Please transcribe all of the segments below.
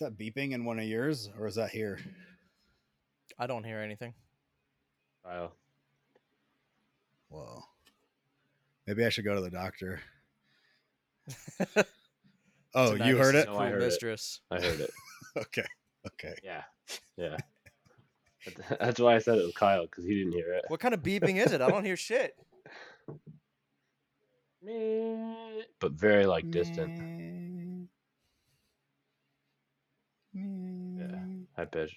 that beeping in one of yours, or is that here? I don't hear anything. Wow. Whoa. Maybe I should go to the doctor. oh, you Tinnitus heard is it? a No, cool I heard it. mistress. I heard it. Okay. Okay. Yeah. Yeah. That- That's why I said it was Kyle because he didn't hear it. What kind of beeping is it? I don't hear shit. Meh, But very like distant, high pitched.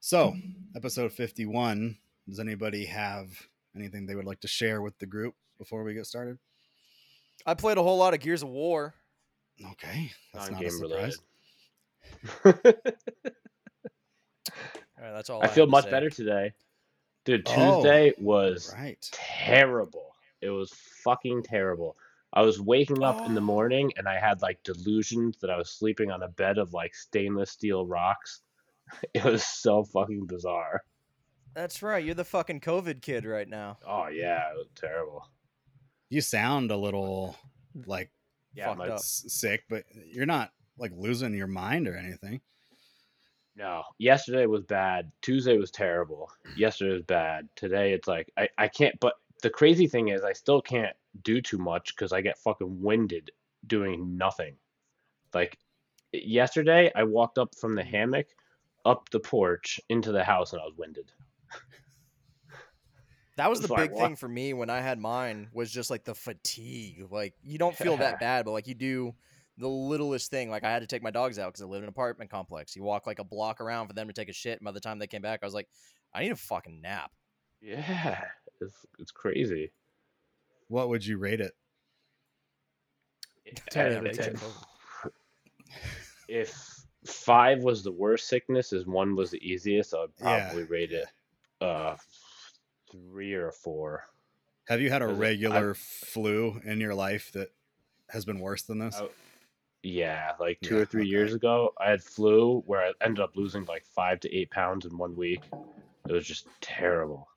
So, episode 51. Does anybody have anything they would like to share with the group before we get started? I played a whole lot of Gears of War. Okay. That's Non not a game surprise. related. All right, that's all. I I, feel have to much say. better today. Dude, Oh, Tuesday was Right. terrible. It was fucking terrible. I was waking up in the Oh. morning and I had like delusions that I was sleeping on a bed of like stainless steel rocks. It was so fucking bizarre. That's right. You're the fucking COVID kid right now. Oh yeah, it was terrible. You sound a little like Yeah, Fucked my, up. s- sick, but you're not like losing your mind or anything. no. Yesterday was bad. Tuesday was terrible. Yesterday was bad. Today it's like I, I can't but the crazy thing is I still can't do too much because I get fucking winded doing nothing. Like yesterday I walked up from the hammock up the porch into the house and I was winded. That was the Sorry, big what? thing for me when I had mine was just like the fatigue. Like you don't feel that bad, but like you do the littlest thing. Like I had to take my dogs out because I live in an apartment complex. You walk like a block around for them to take a shit. And by the time they came back, I was like, I need a fucking nap. Yeah. It's it's crazy. What would you rate it? Ten Uh, out of ten. If five was the worst sickness, is one was the easiest, I'd Yeah. probably rate it uh three or four. Have you had a Does it- I- regular flu in your life that has been worse than this? I- Yeah, like two Yeah, or three okay. years ago, I had flu where I ended up losing like five to eight pounds in one week. It was just terrible.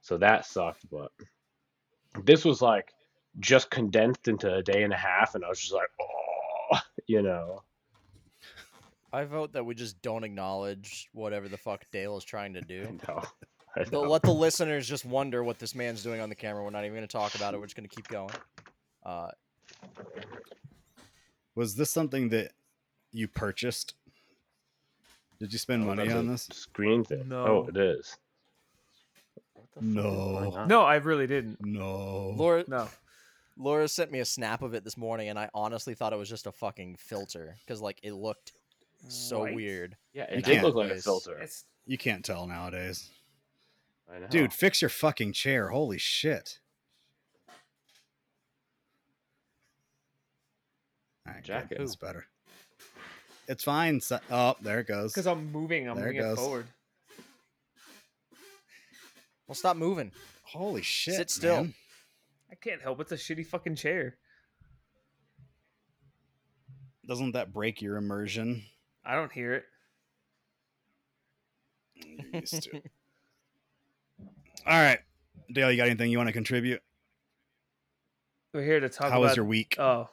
So that sucked, but this was like just condensed into a day and a half, and I was just like, oh, you know. I vote that we just don't acknowledge whatever the fuck Dale is trying to do. No, I They'll know. let the listeners just wonder what this man's doing on the camera. We're not even going to talk about it. We're just going to keep going. Uh, Was this something that you purchased? Did you spend Oh, money that's on a this? screen thing. No. Oh, it is. What the fuck is going No. on? No, I really didn't. No. Laura, No. Laura sent me a snap of it this morning, and I honestly thought it was just a fucking filter because like it looked so Right. weird. Yeah, You it did look can't. like a It's- filter. It's You can't tell nowadays. I know. Dude, fix your fucking chair. Holy shit. All right, Jack good. who? That's better. It's fine. So- oh, there it goes. because I'm moving. I'm There it moving it goes. forward. Well, stop moving. Holy shit. Sit still. man. I can't help. It's a shitty fucking chair. Doesn't that break your immersion? I don't hear it. You're used to it. All right. Dale, you got anything you want to contribute? We're here to talk How about. was your week? Oh,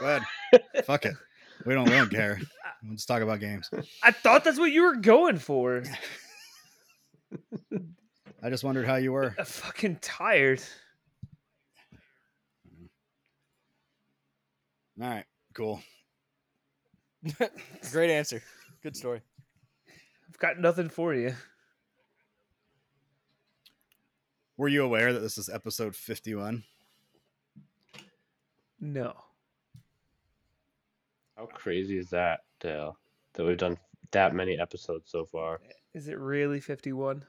Go ahead. Fuck it. We don't, we don't care. Let's talk about games. I thought that's what you were going for. I just wondered how you were. I'm fucking tired. All right. Cool. Great answer. Good story. I've got nothing for you. Were you aware that this is episode 51? No. How crazy is that, Dale? That we've done that many episodes so far. Is it really 51?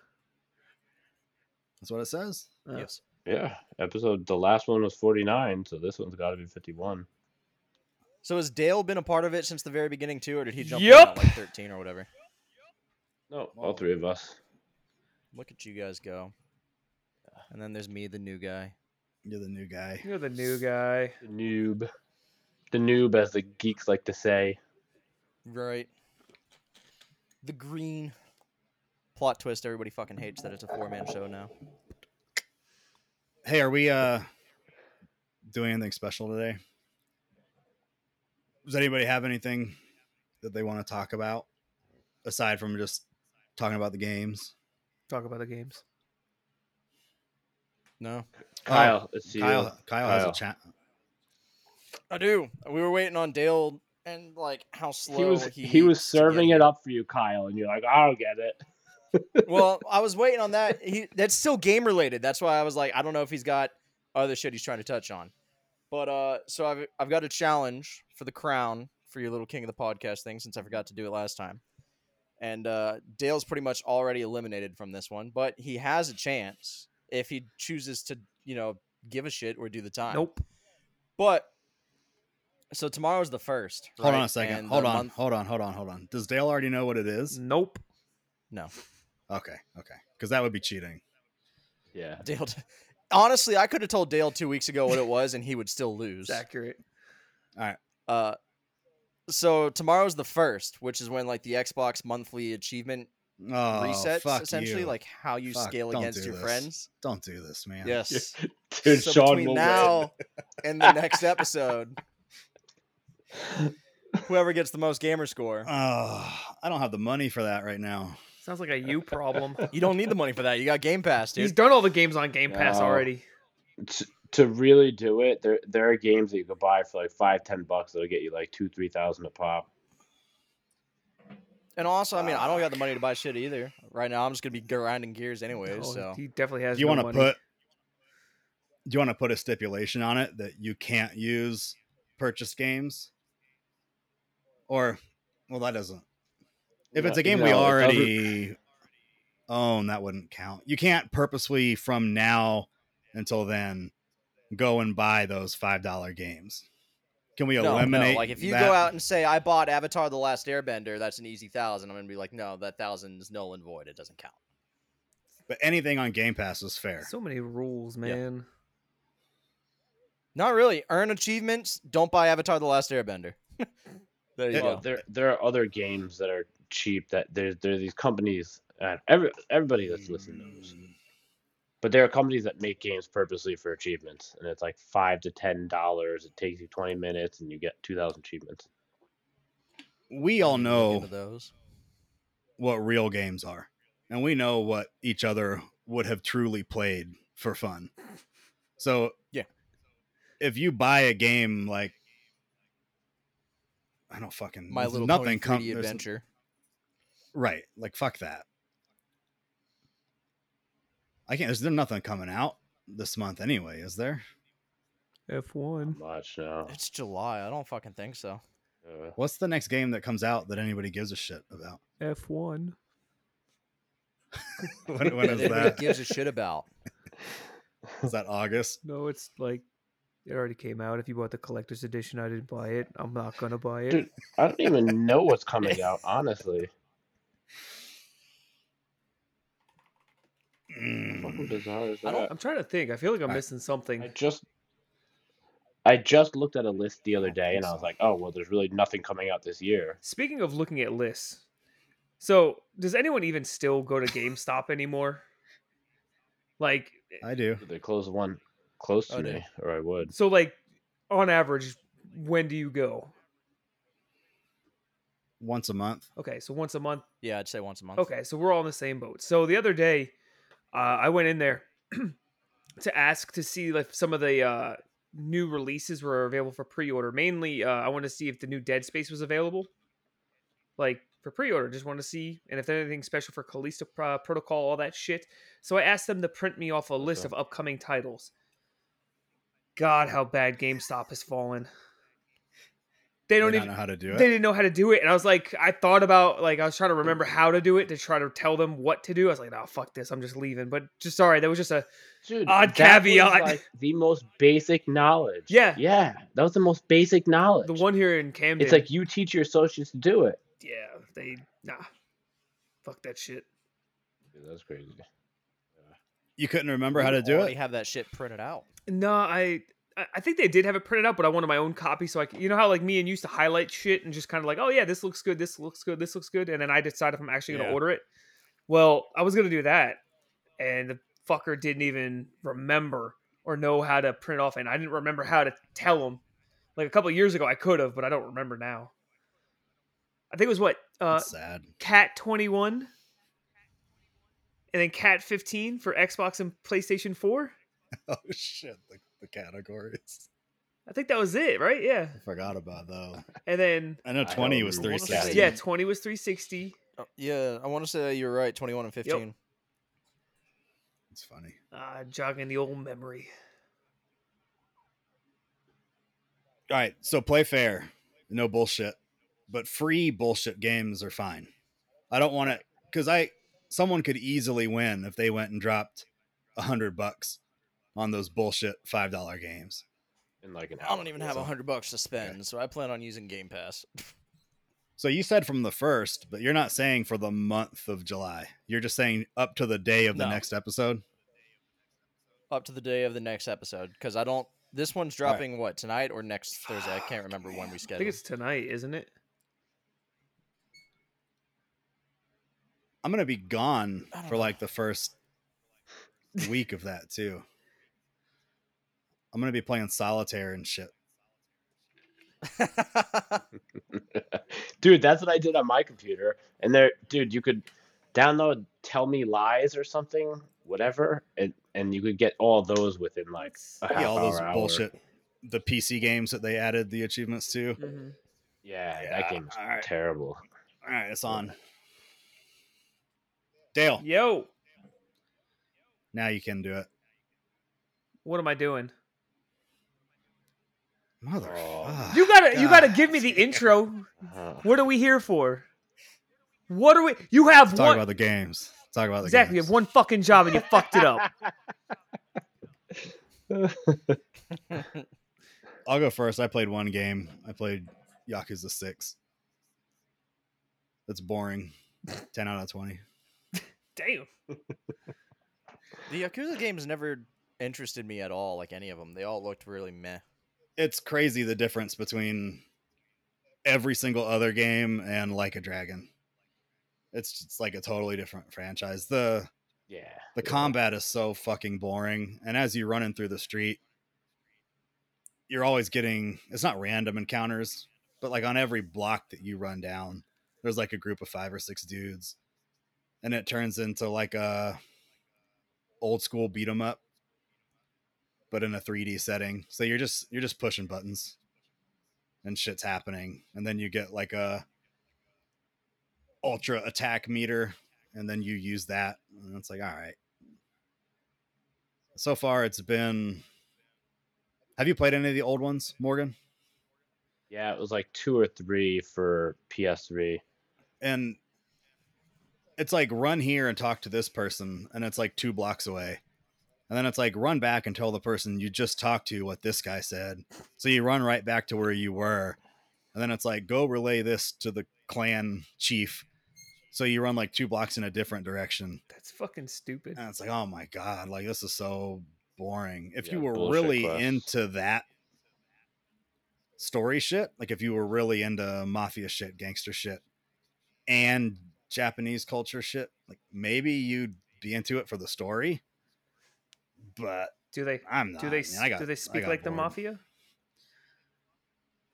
That's what it says. Oh. Yes. Yeah, episode. The last one was forty nine, so this one's got to be fifty one. So has Dale been a part of it since the very beginning too, or did he jump in Yup. at like thirteen or whatever? No, Whoa. all three of us. Look at you guys go. And then there's me, the new guy. You're the new guy. You're the new guy. The noob, the noob, as the geeks like to say. Right. The green. Plot twist. Everybody fucking hates that it's a four man show now. Hey, are we uh doing anything special today? does anybody have anything that they want to talk about aside from just talking about the games? Talk about the games. No, Kyle, let's see. Uh, Kyle, you. Kyle, has a Kyle. chat. I do. We were waiting on Dale and like how slow He was he, he, was eats to get serving here. it up for you, Kyle, and you're like, I don't get it. well, I was waiting on that. He, that's still game related. That's why I was like, I don't know if he's got other shit he's trying to touch on. But uh, so I've I've got a challenge for the crown for your little king of the podcast thing since I forgot to do it last time, and uh, Dale's pretty much already eliminated from this one, but he has a chance if he chooses to, you know, give a shit or do the time. Nope. But so tomorrow's the first. Hold on right? a second. And Hold the on. month- Hold on. Hold on. Hold on. Does Dale already know what it is? Nope. no, Okay. Okay. Because that would be cheating. Yeah. Dale. Honestly, I could have told Dale two weeks ago what it was, and he would still lose. It's accurate. Uh, so tomorrow's the first, which is when like the Xbox monthly achievement Oh, resets, fuck essentially, you. like how you Fuck, scale don't against do your this. friends. don't do this, man. Yes. Dude, so Sean between will now and the next episode, whoever gets the most gamer score. Oh, I don't have the money for that right now. Sounds like a you problem. You don't need the money for that. You got Game Pass, He's dude. done all the games on Game Pass Oh, No. already. win. T- to really do it, there there are games that you could buy for like five, ten bucks that'll get you like two, three thousand a pop. And also, I mean, I don't got the money to buy shit either. Right now, I'm just gonna be grinding gears anyways. Oh, so He definitely has. Do you no want to money. put? Do you want to put a stipulation on it that you can't use purchased games? Or, well, that doesn't. If it's No, a game we no, it already own, that wouldn't count. You can't purposely from now until then go and buy those five dollar games. Can we No, no, eliminate? Like if you that? go out and say I bought Avatar: The Last Airbender, that's an easy thousand. I'm gonna be like, no, that thousand is null and void. It doesn't count. but anything on Game Pass is fair. So many rules, man. Not really. Earn achievements. Don't buy Avatar: The Last Airbender. there you Yeah. Well, go. there there are other games that are cheap that there's there are these companies and every everybody that's listening knows. Mm. But there are companies that make games purposely for achievements, and it's like five to ten dollars. It takes you twenty minutes, and you get two thousand achievements. we all know Into those. what real games are, and we know what each other would have truly played for fun. So Yeah. if you buy a game like I don't fucking My there's little nothing nothing com- Pony 3D there's- adventure. right? Like fuck that. I can't. There's nothing coming out this month anyway, is there? F one. Much no. It's July. I don't fucking think so. Uh, What's the next game that comes out that anybody gives a shit about? F one. when, when That is anybody that? gives a shit about. Is that August? No, it's like it already came out. If you bought the collector's edition, I didn't buy it. I'm not gonna buy it. Dude. I don't even know what's coming out, honestly. Fucking Mm. bizarre is I don't- that? I'm trying to think. I feel like I'm I- missing something. I just I just looked at a list the other don't day think and I so. was like, oh well there's really nothing coming out this year. Speaking of looking at lists, so does anyone even still go to GameStop anymore? Like, I do. They closed one close to Oh, me, dude. or I would. so like on average, when do you go? Once a month. Okay, so once a month. Yeah, I'd say once a month. Okay, so we're all in the same boat. So the other day, uh, I went in there to ask to see like some of the uh, new releases were available for pre-order. Mainly, uh, I want to see if the new Dead Space was available, like for pre-order. Just want to see and if there's anything special for Callisto uh, Protocol, all that shit. So I asked them to print me off a list Okay. of upcoming titles. God, how bad GameStop has fallen. They They don't don't even know how to do it. they didn't know how to do it and i was like i thought about like i was trying to remember how to do it to try to tell them what to do i was like no fuck this i'm just leaving but just sorry that was just a Dude, Odd that was, caveat. like, the most basic knowledge. Yeah. Yeah. That was the most basic knowledge. the one here in camden it's like you teach your associates to do it. yeah they nah fuck that shit That's crazy. You couldn't remember how You to do already it. have that shit printed out. no i I- I think they did have it printed out, but I wanted my own copy. So I, c- you know how like me and you used to highlight shit and just kind of like, oh yeah, this looks good, this looks good, this looks good, and then I decide if I'm actually gonna Yeah. order it. Well, I was gonna do that, and the fucker didn't even remember or know how to print off, and I didn't remember how to tell him Like a couple years ago, I could have, but I don't remember now. I think it was what uh, That's sad. Cat twenty one, and then Cat fifteen for Xbox and PlayStation four. Oh shit, the, the categories. I think that was it, right? Yeah, I forgot about those. and then I know I twenty don't was remember three what it sixty. is. yeah, twenty was three sixty. Uh, yeah, I want to say you're right. 21 and 15. it's funny. Uh, jogging the old memory. All right, so play fair, no bullshit, but free bullshit games are fine. I don't want to because I someone could easily win if they went and dropped a hundred bucks on those bullshit five dollar games. in like an hour. I don't even have So- a hundred bucks to spend, so I plan on using Game Pass. So you said from the first, but you're not saying for the month of July. You're just saying up to the day of the No. next episode. Up to the day of the next episode, because I don't. This one's All right. dropping what tonight or next Thursday? I can't remember when we I scheduled. think it's tonight, isn't it? I'm gonna be gone I don't for know. like the first week of that too. I'm gonna be playing solitaire and shit. dude, that's what I did on my computer. And there, dude, you could download "Tell Me Lies" or something, whatever, and and you could get all those within like a half Yeah, all those hour, hour. bullshit, the PC games that they added the achievements to. Mhm. Yeah, Yeah, that game's all right. terrible. All right, it's on. Dale, Yo, now you can do it. what am I doing? Mother, Oh. You gotta, you gotta God. give me the intro. Uh, What are we here for? What are we? You have Let's talk one about the games. Let's talk about the exactly. You Games. have one fucking job and you fucked it up. I'll go first. I played one game. I played Yakuza Six. That's boring. Ten out of twenty. Damn. the Yakuza games never interested me at all, like any of them. They all looked really meh. It's crazy the difference between every single other game and Like a Dragon. It's just like a totally different franchise. The yeah, the combat is so fucking boring and as you're running through the street you're always getting it's not random encounters but like on every block that you run down there's like a group of five or six dudes and it turns into like a old school beat 'em up but in a 3d setting so you're just you're just pushing buttons and shit's happening and then you get like a ultra attack meter and then you use that and it's like all right so far it's been have you played any of the old ones morgan yeah. It was like two or three for PS3. and it's like run here and talk to this person and it's like two blocks away and then it's like run back and tell the person you just talked to what this guy said so you run right back to where you were and then it's like go relay this to the clan chief so you run like two blocks in a different direction That's fucking stupid. And it's like, oh my god, like this is so boring. If you Yeah, were bullshit really quest. into that story shit, like if you were really into mafia shit, gangster shit, and Japanese culture shit, like maybe you'd be into it for the story. But Do they? I'm not. Do they? man. I got- do I they speak got like the bored. mafia?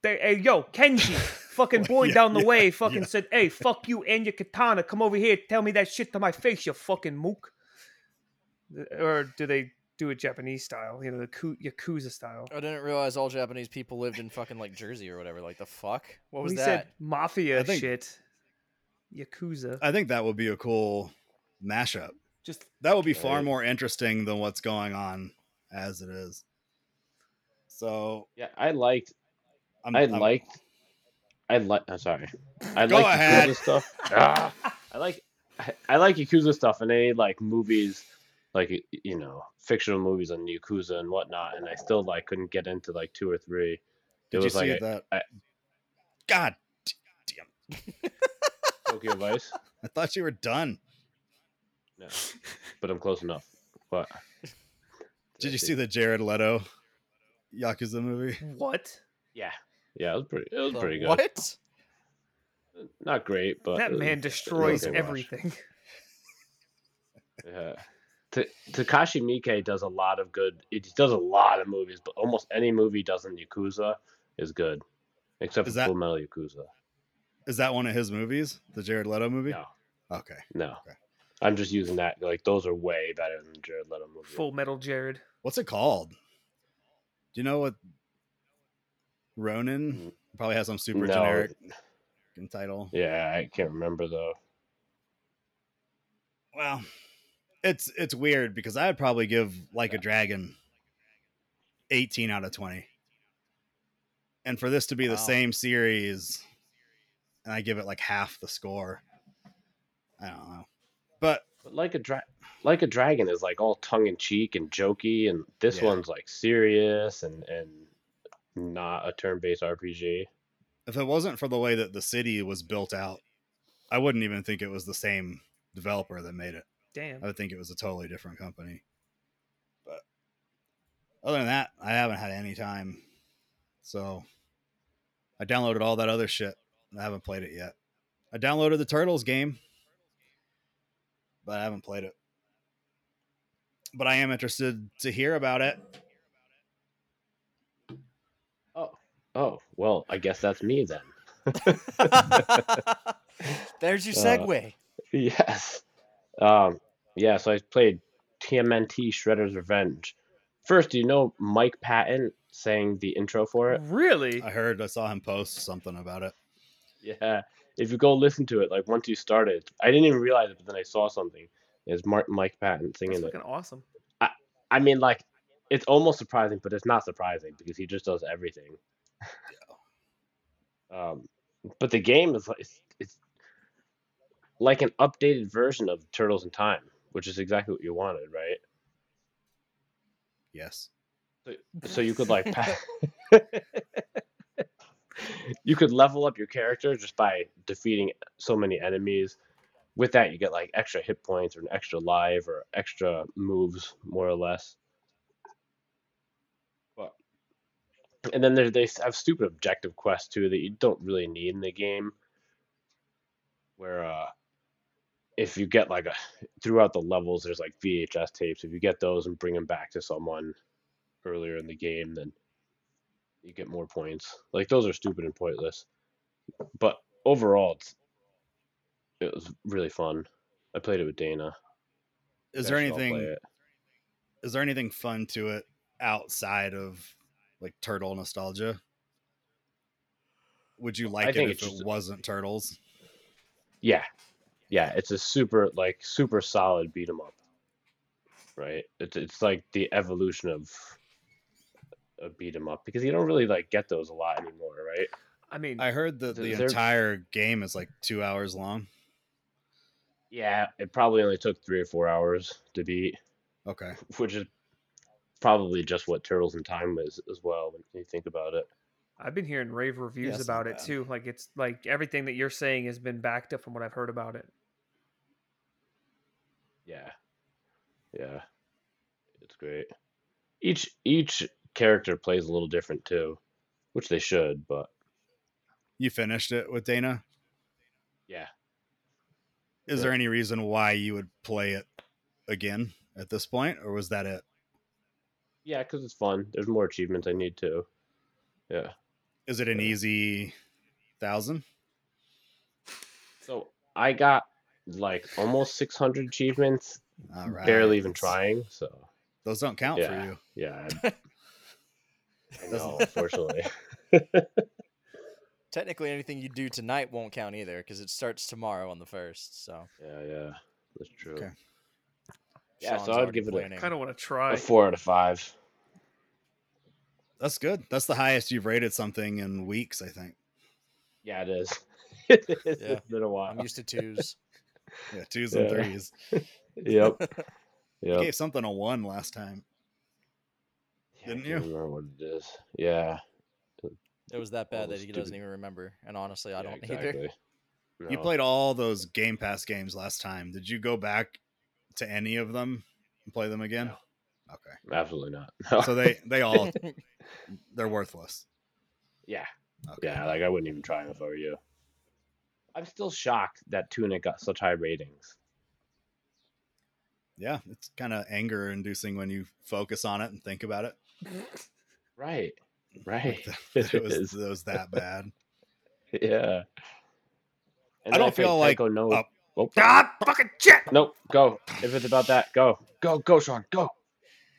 They, hey, yo, Kenji, fucking boy Yeah, down the yeah, way, fucking yeah. said, "Hey, fuck you and your katana. Come over here. Tell me that shit to my face, you fucking mook." Th- Or do they do it Japanese style? You know, the ku- yakuza style. I didn't realize all Japanese people lived in fucking like Jersey or whatever. Like the fuck? What was we said that? mafia I think- shit. Yakuza. I think that would be a cool mashup. Just that will be far Right. more interesting than what's going on as it is. So Yeah, I liked. I'm, I I'm- liked. I like. I'm sorry. I Go like ahead. Yakuza stuff. Ah, I like. I, I like Yakuza stuff, and they like movies, like y- you know, fictional movies on Yakuza and whatnot. And I still like couldn't get into like two or three. It Did you was see like a that? I- God, Tokyo Vice, I thought you were done. no, but I'm close enough. What? Did you see the Jared Leto Yakuza movie? what? Yeah, yeah, it was pretty. It was The pretty good. What? Not great, but it that was- man it was destroys okay watch. everything. Yeah. Ta- Takashi Miike does a lot of good. He does a lot of movies, but almost any movie does in Yakuza, is good, except Is for that- Full Metal Yakuza. Is that one of his movies? The Jared Leto movie? No, Okay. no. Okay. I'm just using that. Like those are way better than Jared Leto movie. Full Metal Jared. What's it called? Do you know what? Ronin probably has some super Mm. No. generic fucking title. Yeah, I can't remember though. Well, it's it's weird because I'd probably give Like a Dragon 18 out of 20. And for this to be the Wow. same series and I give it like half the score. I don't know. But But like a dra- like a dragon is like all tongue in cheek and jokey, and this Yeah. one's like serious and and not a turn based RPG. if it wasn't for the way that the city was built out, I wouldn't even think it was the same developer that made it. Damn. I would think it was a totally different company. But other than that, I haven't had any time. So I downloaded all that other shit. and I haven't played it yet. I downloaded the Turtles game, but I haven't played it. But I am interested to hear about it. Oh, oh, well, I guess that's me then. There's your Uh, segue. Yes. Um, yeah, so I played TMNT Shredder's Revenge. First, do you know Mike Patton sang the intro for Mm. it? Really? I heard, I saw him post something about it. Yeah. If you go listen to it, like once you start it, I didn't even realize it, but then I saw something. It's Mark Mike Patton That's singing it. fucking awesome. I mean, like, it's almost surprising, but it's not surprising because he just does everything. um, but the game is like it's, it's like an updated version of Turtles in Time, which is exactly what you wanted, right? Yes. so you could like pa- you could level up your character just by defeating so many enemies with that you get like extra hit points or an extra life or extra moves more or less but and then there, they s- have stupid objective quests too that you don't really need in the game where uh if you get like a throughout the levels there's like vhs tapes if you get those and bring them back to someone earlier in the game, then you get more points. Like those are stupid and pointless. But overall, it's, it was really fun. I played it with Dana. Is You there guys should all play anything it. is there anything fun to it outside of like turtle nostalgia? Would you like think it if it's just- it wasn't turtles? Yeah, yeah. It's a super like super solid beat 'em up. Right. It's it's like the evolution of a beat 'em up because you don't really like get those a lot anymore, right? I mean, I heard that the Th- there- entire game is like two hours long. Yeah, it probably only took three or four hours to beat. Okay, which is probably just what Turtles in Time is as well when you think about it. I've been hearing rave reviews it's not about it bad. too. Like it's like everything that you're saying has been backed up from what I've heard about it. Yeah. Yeah. It's great. Each each character plays a little different too, which they should, but you finished it with Dana. yeah. Is Yeah. there any reason why you would play it again at this point, or was that it? Yeah, cuz it's fun. There's more achievements I need to. Yeah. Is it an Yeah. easy thousand? So, I got like almost 600 achievements, All right, barely even that's- trying, so Those don't count Yeah. for you. yeah. I, I know, unfortunately. Technically, anything you do tonight won't count either because it starts tomorrow on the first. So Yeah, yeah. That's true. Okay. Yeah, Sean's so I'd already give it a- planning. Kind of want to try. A 4 out of 5. That's good. That's the highest you've rated something in weeks, I think. Yeah, it is. it is. Yeah. It's been a while. I'm used to twos. Yeah, twos and Yeah. threes. Yep. You Yep. gave something a one last time. Yeah, I didn't can't you? Remember what it is? Yeah. It was that All bad the that he doesn't stupid- even remember. And honestly, I yeah, don't either. exactly. You No. played all those Game Pass games last time. Did you go back to any of them and play them again? Okay. Absolutely not. No. So they they all they're worthless. yeah. Okay. Yeah. Like I wouldn't even try them if I were you. I'm still shocked that Tunic got such high ratings. Yeah, it's kind of anger inducing when you focus on it and think about it. Right. Right. it It was, is. it was that bad. Yeah. And I then don't if feel like- Tycho Noah- Oh, up. Whoop. Ah, fucking shit. Nope. Go. If it's about that, go. Go. Go, Sean. Go.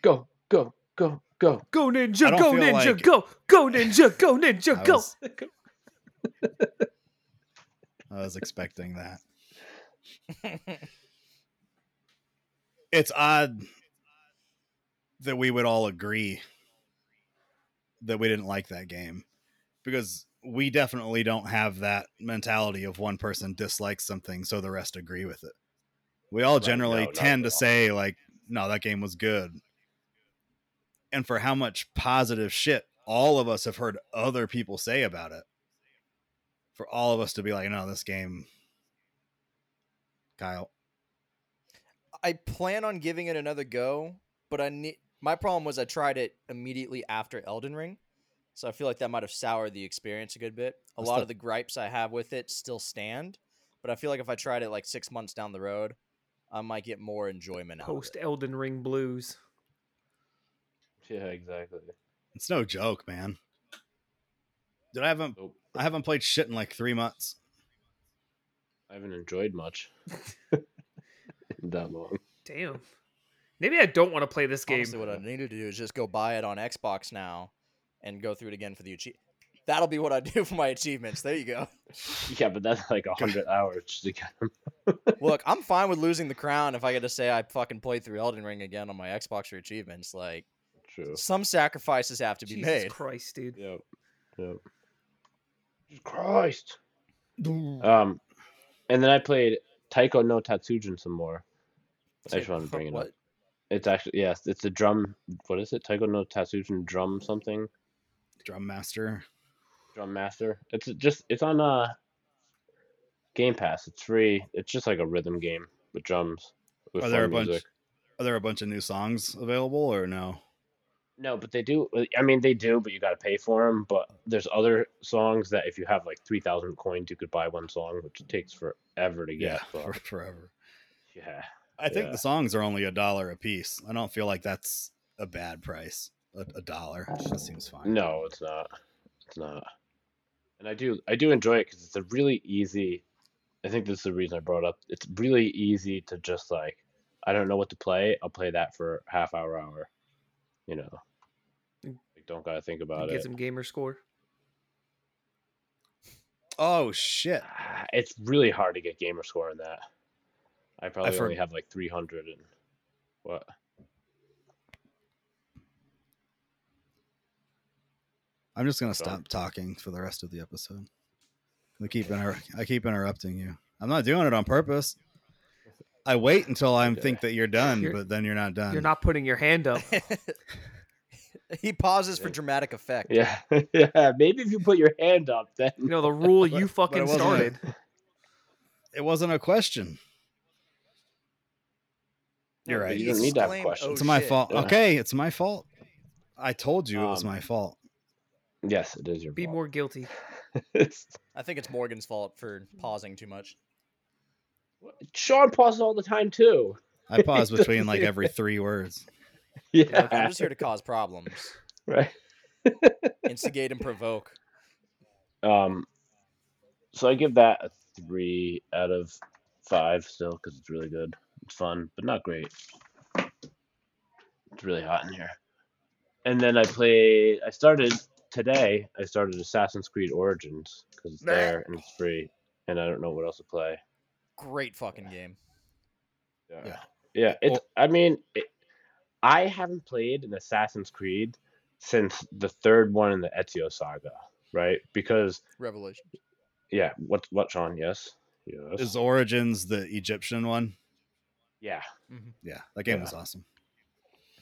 Go. Go. Go. Go. Go I ninja, don't go feel ninja, like- go, go ninja, go I ninja, go. was- I was expecting that. It's odd that we would all agree that we didn't like that game because we definitely don't have that mentality of one person dislikes something so the rest agree with it. We all Right, generally no, not tend to at all. say like no that game was good. And for how much positive shit all of us have heard other people say about it. For all of us to be like no this game Kyle I plan on giving it another go, but I need my problem was I tried it immediately after Elden Ring. So I feel like that might have soured the experience a good bit. A That's lot the- of the gripes I have with it still stand, but I feel like if I tried it like 6 months down the road, I might get more enjoyment out Post of it. Elden Ring blues. Yeah, exactly. It's no joke, man. Dude, I haven't Nope. I haven't played shit in like three months. I haven't enjoyed much that long. Damn. Maybe I don't want to play this game. Honestly, what I need to do is just go buy it on Xbox now and go through it again for the achievement. That'll be what I do for my achievements. There you go. Yeah, but that's like a hundred hours just to get them. Look, I'm fine with losing the crown if I get to say I fucking played through Elden Ring again on my Xbox for achievements. Like, True. some sacrifices have to be Jesus made. Christ, dude. Yep. Yep. Jesus Christ. Um, and then I played Taiko no Tatsujin some more. I just wanted to bring it up. It's actually yes, it's a drum. What is it? Taiko no Tatsujin drum something. Drum Master. Drum Master. It's just it's on uh Game Pass. It's free. It's just like a rhythm game with drums with Are there a fun bunch music. are there a bunch of new songs available or no? No, but they do. I mean, they do, but you got to pay for them. But there's other songs that if you have like 3,000 coins, you could buy one song, which takes forever to get. Yeah. for, But forever. yeah. I think Yeah. the songs are only a dollar a piece. I don't feel like that's a bad price. A, a dollar just seems fine. No, it's not. It's not. And I do, I do enjoy it because it's a really easy. I think this is the reason I brought it up. It's really easy to just like, I don't know what to play. I'll play that for half hour, hour. You know, Mm. like, don't gotta think You about Get it. some gamer score. Oh shit! Ah, It's really hard to get gamer score in that. I probably heard- only have like 300 and what? I'm just gonna Go stop on. talking for the rest of the episode. I keep inter- I keep interrupting you. I'm not doing it on purpose. I wait until I Okay. think that you're done, You're- but then you're not done. You're not putting your hand up. he pauses for Yeah. dramatic effect. Yeah, yeah. Maybe if you put your hand up, then You know the rule you But- but it fucking wasn't a- started. It wasn't a question. You're No, right. he You don't need to have exclaimed, questions. "Oh, It's my shit." fault. Yeah. Okay, it's my fault. I told you it was Um, my fault. yes, it is your Be fault. more guilty. I think it's Morgan's fault for pausing too much. Sean pauses all the time too. I pause between like every three words. Yeah, I'm just here to cause problems, right. instigate and provoke. Um, so I give that a three out of five still because it's really good. It's fun, but not great. It's really hot in here. And then I played. I started today. I started Assassin's Creed Origins because it's there and it's free, and I don't know what else to play. Great fucking game. Yeah. Yeah. Yeah. It's, Well- I mean, it, I haven't played an Assassin's Creed since the third one in the Ezio saga, right? Because, Revelation. yeah, what, what, Sean? Yes. Is Yes. Origins the Egyptian one? Yeah. Yeah, that game Yeah. was awesome.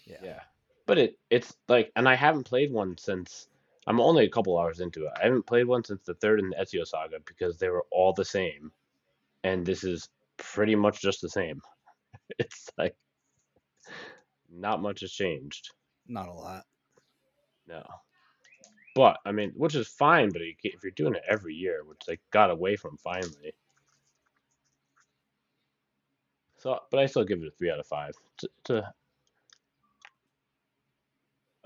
Yeah. But it, it's like, and I haven't played one since, I'm only a couple hours into it. I haven't played one since the third in the Ezio saga because they were all the same. And this is pretty much just the same. It's like, not much has changed. Not a lot. No. But I mean, which is fine. But you ca- if you're doing it every year, which they got away from finally, so but I still give it a three out of five. It's, a- it's a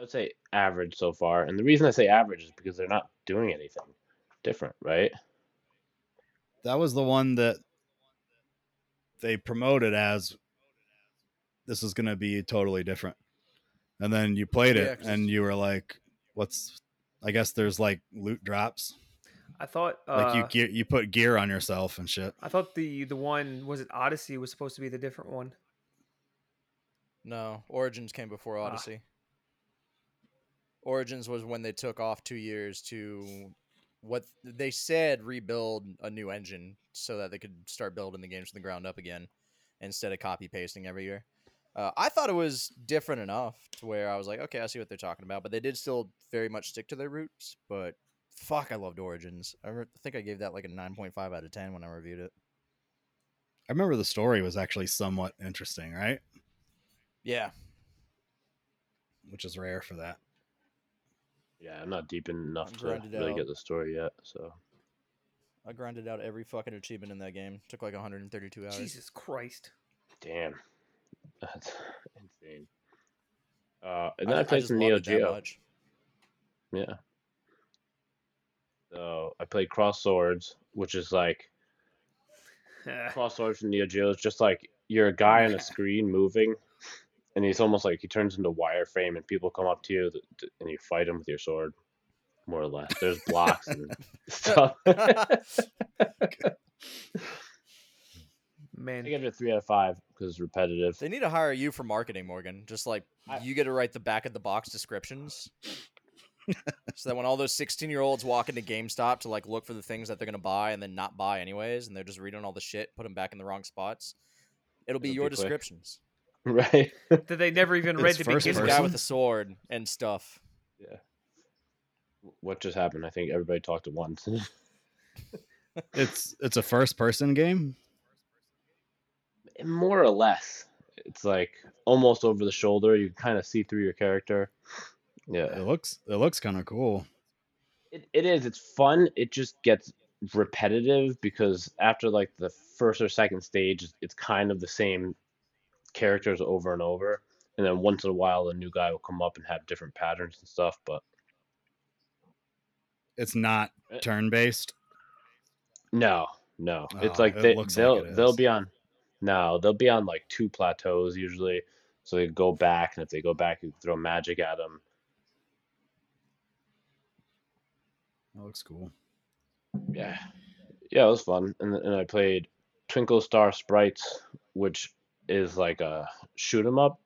I'd say average so far, and the reason I say average is because they're not doing anything different, right? That was the one that they promoted as this is going to be totally different. And then you played Yeah, it 'cause and you were like, what's, I guess there's like loot drops. I thought uh, Like you gear, you put gear on yourself and shit. I thought the the one was it Odyssey was supposed to be the different one. No, Origins came before Ah. Odyssey. Origins was when they took off two years to what they said rebuild a new engine so that they could start building the games from the ground up again instead of copy pasting every year. Uh, I thought it was different enough to where I was like, okay, I see what they're talking about, but they did still very much stick to their roots. But fuck, I loved Origins. I re- think I gave that like a 9.5 out of 10 when I reviewed it. I remember the story was actually somewhat interesting, right? Yeah, Which is rare for that. Yeah, I'm not deep enough I'm to grinded really out. get the story yet. So I grinded out every fucking achievement in that game. Took like 132 hours. Jesus Christ! damn, that's insane. Uh, and I then I, ju- I played just some loved Neo it that Geo. much. Yeah. So I played Cross Swords, which is like Cross Swords from Neo Geo is just like you're a guy on a screen moving, and he's almost like he turns into wireframe, and people come up to you th- th- and you fight him with your sword, more or less. There's blocks and stuff. I Man, give it a three out of five because it's repetitive. They need to hire you for marketing, Morgan. Just like I- you get to write the back of the box descriptions. so that when all those 16 year olds walk into GameStop to like look for the things that they're going to buy and then not buy anyways, and they're just reading all the shit, put them back in the wrong spots, it'll be It'll your be quick. descriptions. Right? that they never even read It's the first Here's beginning. a guy person? with a sword and stuff. What just happened? I think everybody talked at once. It's it's a first person game. more or less. It's like almost over the shoulder. You can kind of see through your character. Yeah. It looks it looks kind of cool. It, it is. It's fun. It just gets repetitive because after like the first or second stage, it's kind of the same characters over and over. And then once in a while, a new guy will come up and have different patterns and stuff. But It's not Uh, turn based. no, no, it's Oh, like it they looks like they'll it they'll is. be on. No, they'll be on like two plateaus usually. So they go back, and if they go back, you throw magic at them. It looks cool. Yeah, yeah, it was fun. And and I played Twinkle Star Sprites, which is like a shoot 'em up,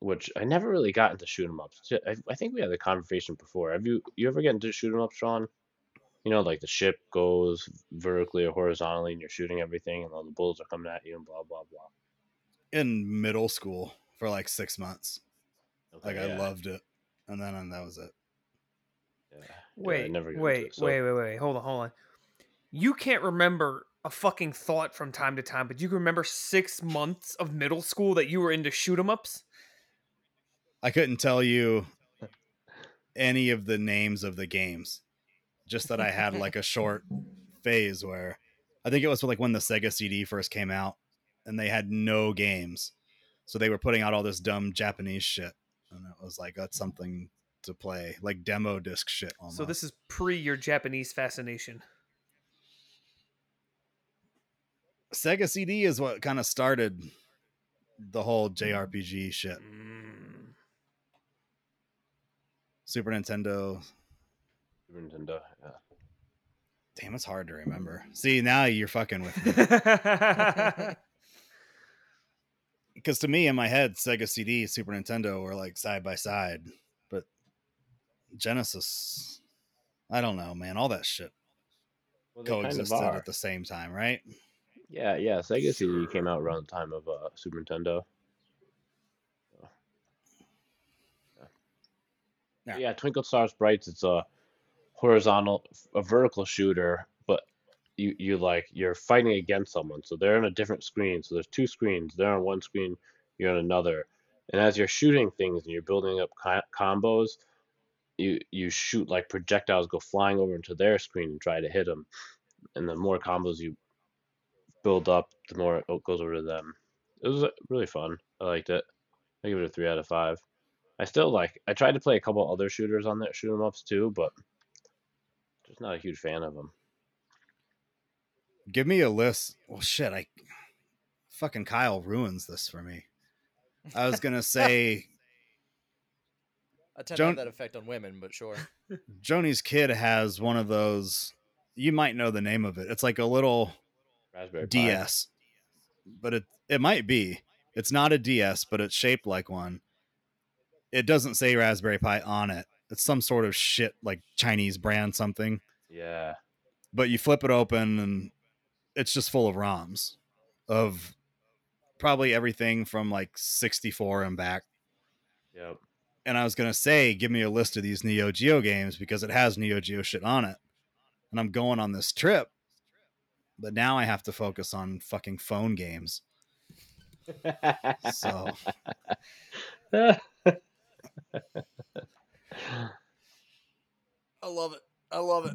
which I never really got into shoot 'em ups. I, I think we had the conversation before. Have you you ever get into shoot 'em ups, Sean? You know, like the ship goes vertically or horizontally, and you're shooting everything, and all the bullets are coming at you, and blah blah blah. In middle school for like six months. Okay, Like I yeah, loved it. And then and that was it. yeah, yeah, I Wait, never got into wait, it, so- wait, wait, wait. Hold on, hold on. You can't remember a fucking thought from time to time, but you can remember six months of middle school that you were into shoot 'em ups. I couldn't tell you any of the names of the games. Just that I had like a short phase where I think it was like when the Sega CD first came out and they had no games. So they were putting out all this dumb Japanese shit. And it was like, that's something to play, like demo disc shit. Almost. So this is pre your Japanese fascination. Sega CD is what kind of started the whole JRPG shit. Mm. Super Nintendo. Super Nintendo. Yeah. Damn, it's hard to remember. See, now you're fucking with me. because to me in my head sega cd super nintendo were like side by side but genesis i don't know man all that shit Well, they kind of coexisted are. at the same time right Yeah, yeah. Sega CD came out around the time of uh, Super Nintendo. So, yeah. Yeah. Yeah, Twinkle Star Sprites. It's a horizontal, a vertical shooter, but you you like you're fighting against someone, so they're on a different screen. So there's two screens. They're on one screen. You're on another. And as you're shooting things and you're building up co- combos, you you shoot like projectiles go flying over into their screen and try to hit them. And the more combos you build up, the more it goes over to them. It was uh, really fun. I liked it. I give it a three out of five. I still like. I tried to play a couple other shooters on that shoot 'em ups too, but just not a huge fan of them. Give me a list. Well, shit, I fucking Kyle ruins this for me. I was gonna say I tend to Don't- have that effect on women, but sure. Joni's kid has one of those. You might know the name of it. It's like a little Raspberry Pi. DS, but it it might be. It's not a DS, but it's shaped like one. It doesn't say Raspberry Pi on it. It's some sort of shit like Chinese brand something. Yeah. But you flip it open and it's just full of ROMs of probably everything from like 64 and back. Yep. and I was gonna say, give me a list of these Neo Geo games because it has Neo Geo shit on it, and I'm going on this trip, but now I have to focus on fucking phone games. So I love it. I love it.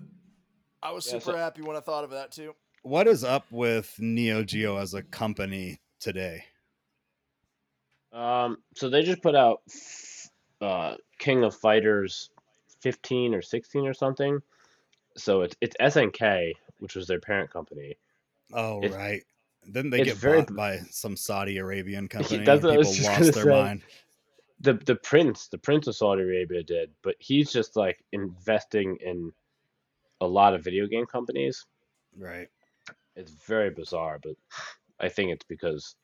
I was Yeah, super so- happy when I thought of that too. what is up with Neo Geo as a company today? um, so they just put out uh, King of Fighters 15 or 16 or something. So it's it's SNK, which was their parent company. Oh It's- right. Didn't they it's get very- bought by some Saudi Arabian company? That's and what I was people just lost gonna their say. mind. The the prince, the prince of Saudi Arabia did, but he's just like investing in a lot of video game companies. Right. it's very bizarre, but I think it's because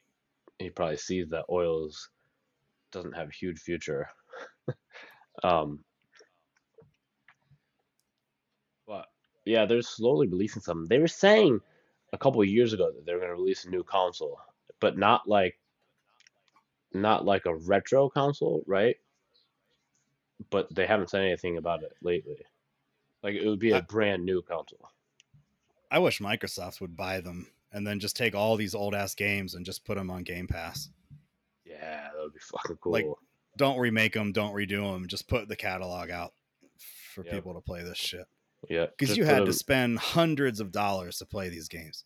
he probably sees that oils doesn't have a huge future. um, but yeah, they're slowly releasing something. They were saying a couple of years ago that they were going to release a new console, but not like not like a retro console, right? But they haven't said anything about it lately. Like it would be a I- brand new console. I wish Microsoft would buy them and then just take all these old ass games and just put them on Game Pass. Yeah, that would be fucking cool. Like, don't remake them, don't redo them. Just put the catalog out for Yep. people to play this shit. Yeah, Because just you put had a- to spend hundreds of dollars to play these games.